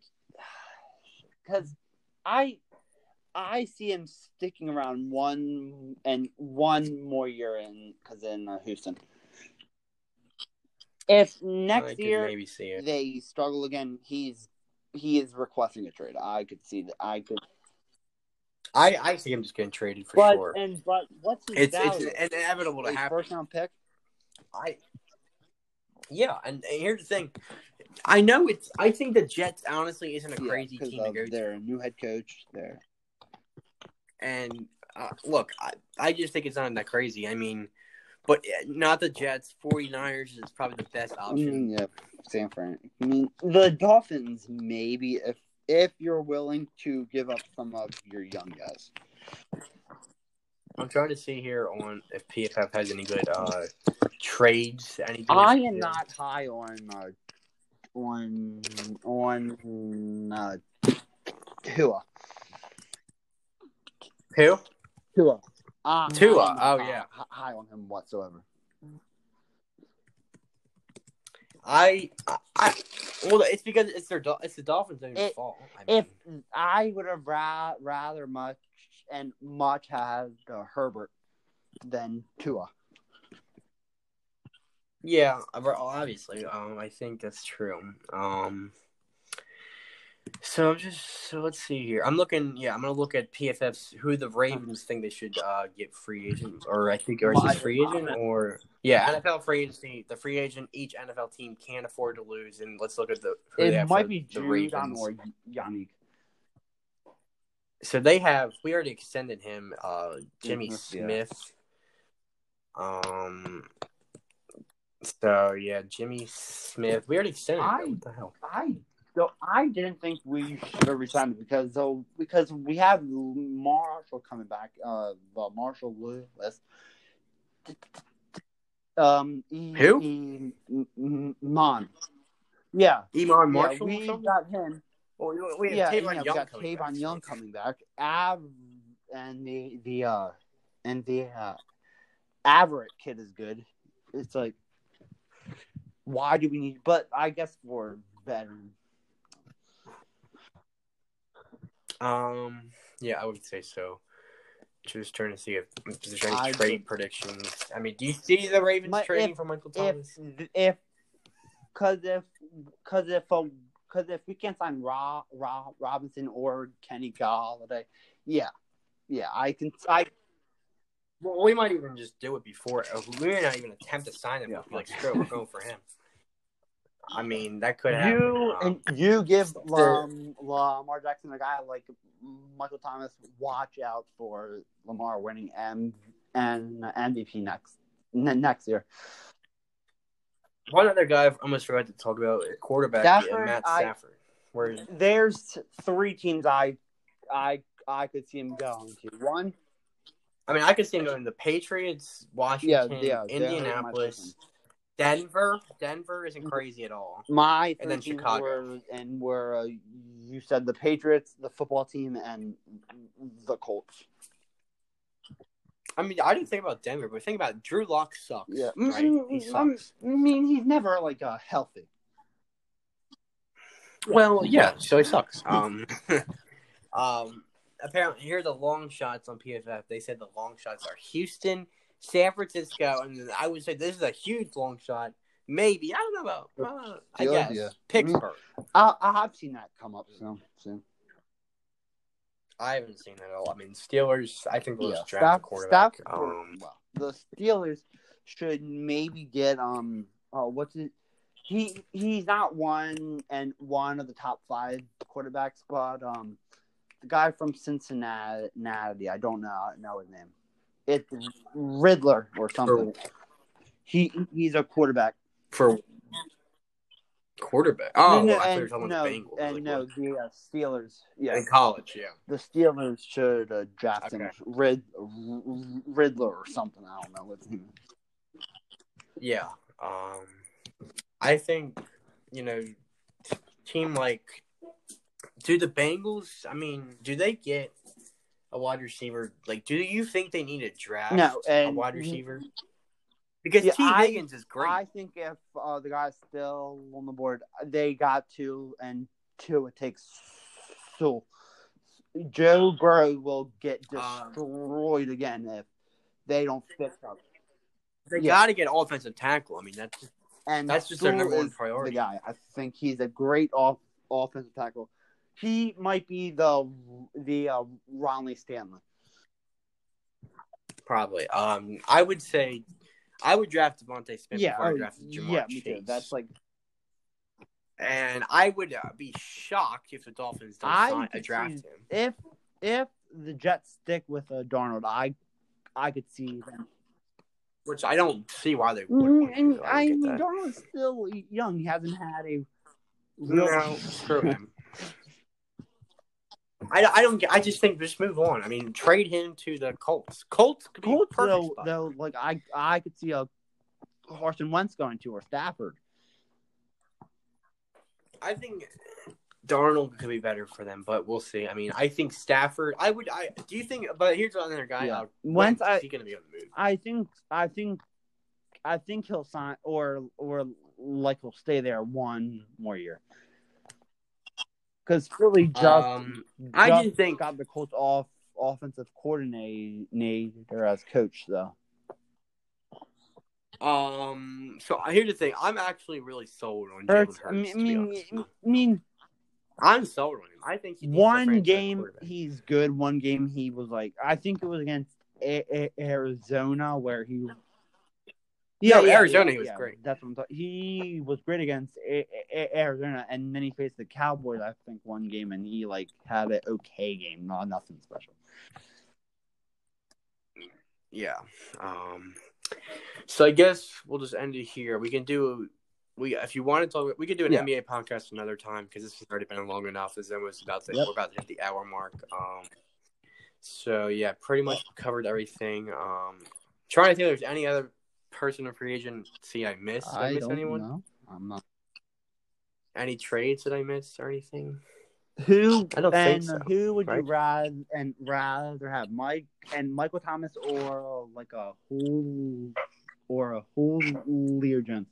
Speaker 2: because I I see him sticking around one and one more year in because in uh, Houston. If
Speaker 1: I
Speaker 2: next
Speaker 1: could
Speaker 2: year
Speaker 1: maybe see it.
Speaker 2: they struggle again, he's he is requesting a trade. I could see that. I could.
Speaker 1: I, I see him just getting traded for
Speaker 2: but
Speaker 1: sure.
Speaker 2: and but what's his
Speaker 1: It's, it's
Speaker 2: value?
Speaker 1: it's inevitable to
Speaker 2: A
Speaker 1: happen.
Speaker 2: First round pick.
Speaker 1: I yeah, and, and here's the thing. I know it's. I think the Jets honestly isn't a
Speaker 2: Yeah,
Speaker 1: crazy
Speaker 2: 'cause
Speaker 1: team to
Speaker 2: of
Speaker 1: go to.
Speaker 2: their new head coach there.
Speaker 1: And uh, look, I, I just think it's not that crazy. I mean, but uh, not the Jets. 49ers is probably the best option.
Speaker 2: Mm, yeah, San Fran. I mean, the Dolphins maybe if if you're willing to give up some of your young guys.
Speaker 1: I'm trying to see here on if PFF has any good uh trades. Anything
Speaker 2: I
Speaker 1: that's-
Speaker 2: am not high on uh, on on uh, Tua.
Speaker 1: who?
Speaker 2: Tua. Uh,
Speaker 1: Tua,
Speaker 2: I am
Speaker 1: oh,
Speaker 2: not
Speaker 1: yeah.
Speaker 2: hi- high on him whatsoever.
Speaker 1: I, I, I well, it's because it's their Dol- it's the Dolphins' own
Speaker 2: It-
Speaker 1: fault. I mean,
Speaker 2: If I would have ra- rather much and much had uh, Herbert than Tua.
Speaker 1: yeah, ob- obviously, um, I think that's true. Um, so I'm just so let's see here. I'm looking. Yeah, I'm gonna look at PFF's who the Ravens think they should uh get free agent, or I think or is it free agent or yeah NFL free agency. The free agent each NFL team can afford to lose, and let's look at the who they
Speaker 2: It
Speaker 1: have
Speaker 2: might
Speaker 1: for
Speaker 2: be
Speaker 1: the
Speaker 2: Jude on
Speaker 1: Ravens.
Speaker 2: or Yannick.
Speaker 1: So they have we already extended him, uh Jimmy
Speaker 2: Mhm, yeah.
Speaker 1: Smith. Um so yeah, Jimmy Smith. We already extended him.
Speaker 2: I-
Speaker 1: What the hell?
Speaker 2: I so I didn't think we should have resigned him because though because we have Marshall coming back, uh, uh Marshall Lewis. Um, he,
Speaker 1: Who?
Speaker 2: he- m- m- Mon. Yeah,
Speaker 1: Iman
Speaker 2: yeah,
Speaker 1: Marshall.
Speaker 2: we got him.
Speaker 1: well, we have
Speaker 2: yeah,
Speaker 1: Tavon
Speaker 2: yeah, we
Speaker 1: Young
Speaker 2: got
Speaker 1: coming
Speaker 2: Tavon
Speaker 1: back.
Speaker 2: Young coming back. Av and the the uh and the uh Averett kid is good. It's like why do we need? But I guess for veteran
Speaker 1: Um yeah, I would say so. Just trying to see if if there's any
Speaker 2: I
Speaker 1: trade predictions. I mean, do you see the Ravens
Speaker 2: My-
Speaker 1: trading
Speaker 2: if-
Speaker 1: for Michael Thomas?
Speaker 2: if if because if because if because if we can't sign Rob, Rob Robinson or Kenny Galladay, yeah, yeah, I can I
Speaker 1: well, we might even just do it before. uh, We may not even attempt to sign him.
Speaker 2: Yeah.
Speaker 1: We'll be like, screw it, we're going for him. I mean, that could happen.
Speaker 2: you
Speaker 1: Um,
Speaker 2: and you give
Speaker 1: so-
Speaker 2: Lam, Lamar Jackson a guy like Michael Thomas. Watch out for Lamar winning M and MVP next n- next year.
Speaker 1: One other guy I almost forgot to talk about quarterback
Speaker 2: Stafford,
Speaker 1: yeah, Matt
Speaker 2: I-
Speaker 1: Stafford. Where
Speaker 2: There's three teams I I I could see him going to. One,
Speaker 1: I mean, I could see him going to the Patriots, Washington,
Speaker 2: yeah, they're
Speaker 1: Indianapolis, Denver. Denver isn't
Speaker 2: Mm-hmm.
Speaker 1: crazy at all.
Speaker 2: My
Speaker 1: And then
Speaker 2: three teams
Speaker 1: Chicago.
Speaker 2: were, and were uh, you said the Patriots, the football team, and the Colts.
Speaker 1: I mean, I didn't think about Denver, but think about it, Drew Lock sucks.
Speaker 2: Yeah,
Speaker 1: right? He
Speaker 2: Mm, mm,
Speaker 1: sucks.
Speaker 2: I mean he's never like uh, healthy.
Speaker 1: Well, yeah, so he sucks. Um, um, apparently, here are the long shots on PFF. They said the long shots are Houston, San Francisco, and then I would say this is a huge long shot. Maybe I don't know about. well, I guess
Speaker 2: Philadelphia.
Speaker 1: Pittsburgh.
Speaker 2: I I've seen that come up so soon.
Speaker 1: I haven't seen that at all. I mean, Steelers. I think they'll
Speaker 2: Yeah,
Speaker 1: just draft a quarterback.
Speaker 2: Stafford-
Speaker 1: Um,
Speaker 2: well, the Steelers should maybe get um. Oh, what's it? He he's not one and one of the top five quarterbacks, but um, the guy from Cincinnati, I don't know know his name. It's Riddler or something.
Speaker 1: for,
Speaker 2: He he's a quarterback.
Speaker 1: for quarterback. Oh,
Speaker 2: no,
Speaker 1: I thought you were
Speaker 2: and,
Speaker 1: talking
Speaker 2: no,
Speaker 1: about the Bengals.
Speaker 2: and
Speaker 1: Like,
Speaker 2: no,
Speaker 1: what-
Speaker 2: the uh, Steelers. Yeah,
Speaker 1: in college, yeah.
Speaker 2: the Steelers should uh, draft him,
Speaker 1: Okay.
Speaker 2: Rid, Riddler or something. I don't know what his name. is.
Speaker 1: Yeah. Um, I think you know, team like do the Bengals. I mean, do they get a wide receiver? Like, do you think they need a draft?
Speaker 2: No,
Speaker 1: a
Speaker 2: and-
Speaker 1: wide receiver. Because
Speaker 2: Yeah,
Speaker 1: T
Speaker 2: I-
Speaker 1: Higgins is great.
Speaker 2: I think if uh, the guy's still on the board, they got two and two. It takes so Joe Burrow will get
Speaker 1: Um,
Speaker 2: destroyed again if they don't fix up.
Speaker 1: they
Speaker 2: yeah.
Speaker 1: got to get offensive tackle. I mean, that's
Speaker 2: And
Speaker 1: That's just their
Speaker 2: Sewell
Speaker 1: number one
Speaker 2: is
Speaker 1: priority.
Speaker 2: The guy, I think he's a great off offensive tackle. he might be the the uh, Ronnie Stanley.
Speaker 1: Probably. Um, I would say I would draft Devontae Smith
Speaker 2: yeah,
Speaker 1: before I
Speaker 2: oh,
Speaker 1: drafted Jamar
Speaker 2: yeah, me
Speaker 1: Chase.
Speaker 2: too. That's like
Speaker 1: and I would uh, be shocked if the Dolphins don't
Speaker 2: I
Speaker 1: sign, uh,
Speaker 2: could
Speaker 1: draft
Speaker 2: see-
Speaker 1: him.
Speaker 2: if if the Jets stick with uh, Darnold, I I could see them.
Speaker 1: Which I don't see why they would.
Speaker 2: Mm,
Speaker 1: want to.
Speaker 2: And I,
Speaker 1: I don't
Speaker 2: mean,
Speaker 1: get that.
Speaker 2: Darnold's still young. He hasn't had a real.
Speaker 1: No, screw him. I, I don't get. I just think just move on. I mean, trade him to the Colts. Colts could be
Speaker 2: Colts
Speaker 1: perfect
Speaker 2: though,
Speaker 1: spot.
Speaker 2: though, like I I could see a Carson Wentz going to or Stafford.
Speaker 1: I think Darnold could be better for them, but we'll see. I mean, I think Stafford. I would. I do you think? But here's another guy.
Speaker 2: Yeah.
Speaker 1: Uh, Wentz,
Speaker 2: Wentz,
Speaker 1: is
Speaker 2: I
Speaker 1: he going to be on the move?
Speaker 2: I think I think I think he'll sign or or like he'll stay there one more year. Because Philly just,
Speaker 1: Um, I
Speaker 2: just
Speaker 1: didn't think-
Speaker 2: got the Colts off offensive coordinator as coach though.
Speaker 1: um. So here's the thing. I'm actually really sold on Jalen
Speaker 2: Hurts,
Speaker 1: Hurts.
Speaker 2: I
Speaker 1: to be
Speaker 2: mean,
Speaker 1: honest.
Speaker 2: I mean,
Speaker 1: I'm sold on him. I think he needs a
Speaker 2: one
Speaker 1: franchise
Speaker 2: game
Speaker 1: quarterback.
Speaker 2: he's good. One game he was like, I think it was against A- A- Arizona where he.
Speaker 1: No, Arizona, he was great.
Speaker 2: That's what I'm talking. He was great against A- A- A- Arizona, and then he faced the Cowboys. I think one game, and he like had an okay game, not nothing special.
Speaker 1: yeah. Um, so I guess we'll just end it here. We can do we if you want to talk, we can do an
Speaker 2: Yeah.
Speaker 1: NBA podcast another time because this has already been long enough. This is almost about the
Speaker 2: Yep.
Speaker 1: we're about to hit the hour mark. Um, so yeah, pretty much covered everything. Um, trying to think if there's any other person or free agency I missed. Did I, miss anyone?
Speaker 2: know. I'm not.
Speaker 1: Any trades that I missed or anything?
Speaker 2: Who
Speaker 1: I don't
Speaker 2: and
Speaker 1: think so,
Speaker 2: who would
Speaker 1: right?
Speaker 2: you rather and rather have Mike and Michael Thomas or like a whole or a whole Lear Jones?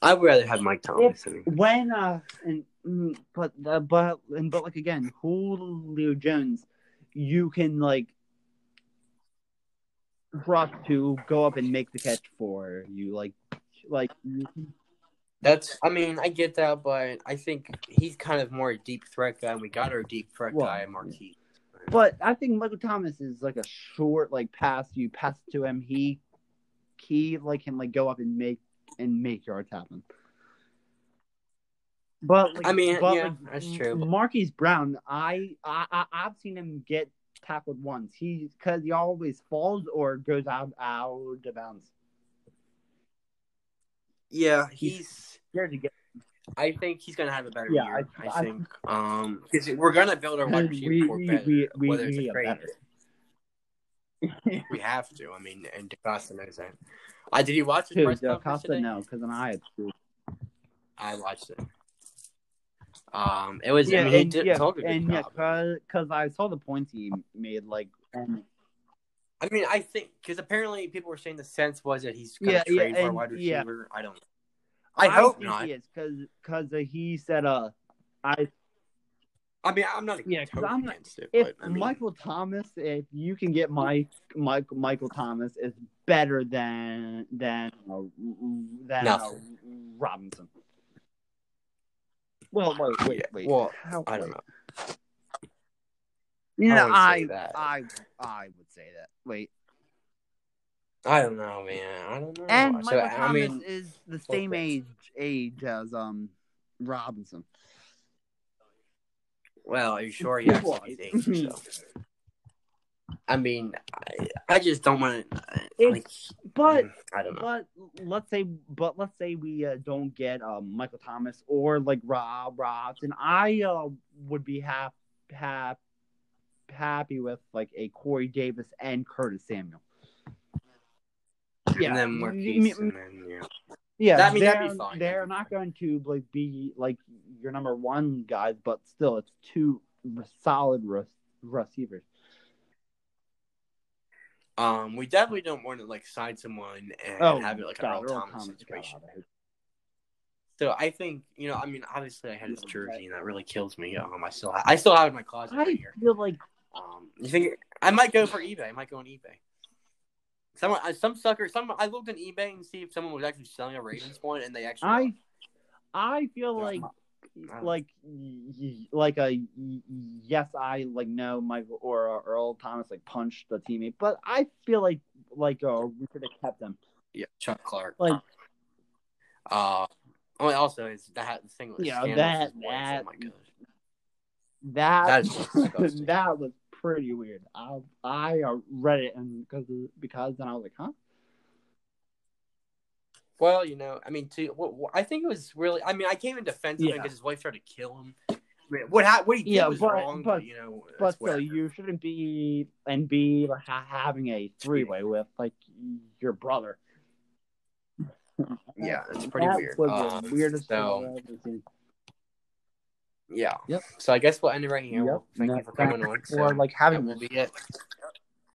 Speaker 1: I would rather have Mike Thomas. I mean,
Speaker 2: when uh and mm, but uh, but and but like again Julio Jones you can like trust to go up and make the catch for you like like
Speaker 1: That's. I mean, I get that, but I think he's kind of more a deep threat guy. and We got our deep threat
Speaker 2: Well,
Speaker 1: guy, Marquis.
Speaker 2: but I think Michael Thomas is like a short like pass you pass it to him he he like can like go up and make and make yards happen but like,
Speaker 1: I mean,
Speaker 2: but
Speaker 1: yeah,
Speaker 2: like,
Speaker 1: that's true.
Speaker 2: Marquise Brown, I, I, I I've seen him get tackled once. He because he always falls or goes out out of bounds.
Speaker 1: yeah,
Speaker 2: he's-
Speaker 1: he's.
Speaker 2: There's a get
Speaker 1: I think he's gonna have a better
Speaker 2: Yeah,
Speaker 1: year.
Speaker 2: I-
Speaker 1: I,
Speaker 2: I-
Speaker 1: think. Um, 'cause we're gonna build our wide
Speaker 2: We-
Speaker 1: receiver core
Speaker 2: we-
Speaker 1: better,
Speaker 2: we- we-
Speaker 1: whether it's
Speaker 2: we
Speaker 1: a
Speaker 2: are
Speaker 1: trade.
Speaker 2: better.
Speaker 1: we have to. I mean, and DaCosta knows that. I did. You watch his
Speaker 2: two.
Speaker 1: press
Speaker 2: Del
Speaker 1: conference
Speaker 2: Costa
Speaker 1: today?
Speaker 2: no, because then I had two.
Speaker 1: I watched it. Um, it was. I mean, they
Speaker 2: and
Speaker 1: did
Speaker 2: yeah,
Speaker 1: told a good
Speaker 2: and
Speaker 1: job.
Speaker 2: yeah, because I saw the points he made. Like, and,
Speaker 1: I mean, I think because apparently people were saying the sense was that he's going
Speaker 2: Yeah,
Speaker 1: to
Speaker 2: yeah,
Speaker 1: trade for a
Speaker 2: and-
Speaker 1: wide
Speaker 2: yeah.
Speaker 1: receiver. I don't. I, hope
Speaker 2: think
Speaker 1: not.
Speaker 2: He is because he said uh, I
Speaker 1: I mean, I'm not
Speaker 2: Yeah,
Speaker 1: yeah,
Speaker 2: 'cause
Speaker 1: totally
Speaker 2: I'm not-
Speaker 1: against it,
Speaker 2: if
Speaker 1: but I mean,
Speaker 2: Michael Thomas, if you can get Mike, Mike Michael Thomas is better than than uh, than uh, Robinson. Well, wait, wait,
Speaker 1: Yeah,
Speaker 2: wait.
Speaker 1: well,
Speaker 2: How,
Speaker 1: I don't know.
Speaker 2: You know,
Speaker 1: wouldn't say
Speaker 2: I,
Speaker 1: that.
Speaker 2: I, I would say that. Wait,
Speaker 1: I don't know, man. I don't know.
Speaker 2: and
Speaker 1: so,
Speaker 2: Michael
Speaker 1: I
Speaker 2: Thomas
Speaker 1: mean,
Speaker 2: is the
Speaker 1: both
Speaker 2: same
Speaker 1: ways.
Speaker 2: age age as um Robinson.
Speaker 1: well, are you sure he has
Speaker 2: Well,
Speaker 1: his age? So. I mean, I, I just don't want to. Like,
Speaker 2: It's- But
Speaker 1: I don't know.
Speaker 2: But let's say, but let's say we uh, don't get um, Michael Thomas or like Rob Robson. I uh, would be hap, hap, happy with like a Corey Davis and Curtis Samuel.
Speaker 1: And then more
Speaker 2: I
Speaker 1: peace,
Speaker 2: mean,
Speaker 1: and then yeah.
Speaker 2: yeah,
Speaker 1: That- I mean,
Speaker 2: they're,
Speaker 1: that'd be fine.
Speaker 2: they're not going to like be like your number one guys, but still, it's two solid re- receivers.
Speaker 1: Um, we definitely don't want to like sign someone and have it like
Speaker 2: Oh, God,
Speaker 1: an Earl
Speaker 2: Earl
Speaker 1: Thomas
Speaker 2: Thomas, God,
Speaker 1: situation.
Speaker 2: I hate
Speaker 1: So I think you know, I mean, obviously I had his jersey, and that really kills me. Um, I still, I still have it in my closet right
Speaker 2: I
Speaker 1: here.
Speaker 2: feel like
Speaker 1: Um, you think I might go for eBay? I might go on eBay. Someone, I- some sucker, some. I looked on eBay and see if someone was actually selling a Ravens one, and they actually.
Speaker 2: I I feel
Speaker 1: Yeah.
Speaker 2: like
Speaker 1: Wow.
Speaker 2: like y- like a y- yes I like know Michael or uh, Earl Thomas like punched the teammate, but I feel like like uh, we could have kept him.
Speaker 1: Yeah, Chuck Clark.
Speaker 2: Like-
Speaker 1: uh, well, also is that thing with
Speaker 2: Yeah,
Speaker 1: Scandalous
Speaker 2: that-
Speaker 1: is worse.
Speaker 2: that-
Speaker 1: Oh my gosh.
Speaker 2: That
Speaker 1: That is disgusting.
Speaker 2: that was pretty weird. I I uh, read it and because because then I was like, huh?
Speaker 1: Well, you know, I mean, to what, what- I think it was really. I mean, I came in defense of him
Speaker 2: Yeah.
Speaker 1: because his wife tried to kill him. I mean, What ha- what he did
Speaker 2: Yeah,
Speaker 1: was
Speaker 2: but-
Speaker 1: wrong,
Speaker 2: but-
Speaker 1: but, you know,
Speaker 2: But
Speaker 1: that's
Speaker 2: still,
Speaker 1: whatever.
Speaker 2: you shouldn't be and be like ha- having a three way with like your brother.
Speaker 1: yeah, it's pretty
Speaker 2: that
Speaker 1: weird.
Speaker 2: Was
Speaker 1: Um,
Speaker 2: the weirdest
Speaker 1: so,
Speaker 2: thing I've ever seen.
Speaker 1: Yeah.
Speaker 2: Yep.
Speaker 1: So I guess we'll end it right here.
Speaker 2: Yep.
Speaker 1: Well, Thank
Speaker 2: No,
Speaker 1: you for coming on. So
Speaker 2: or like
Speaker 1: that
Speaker 2: having
Speaker 1: will be it.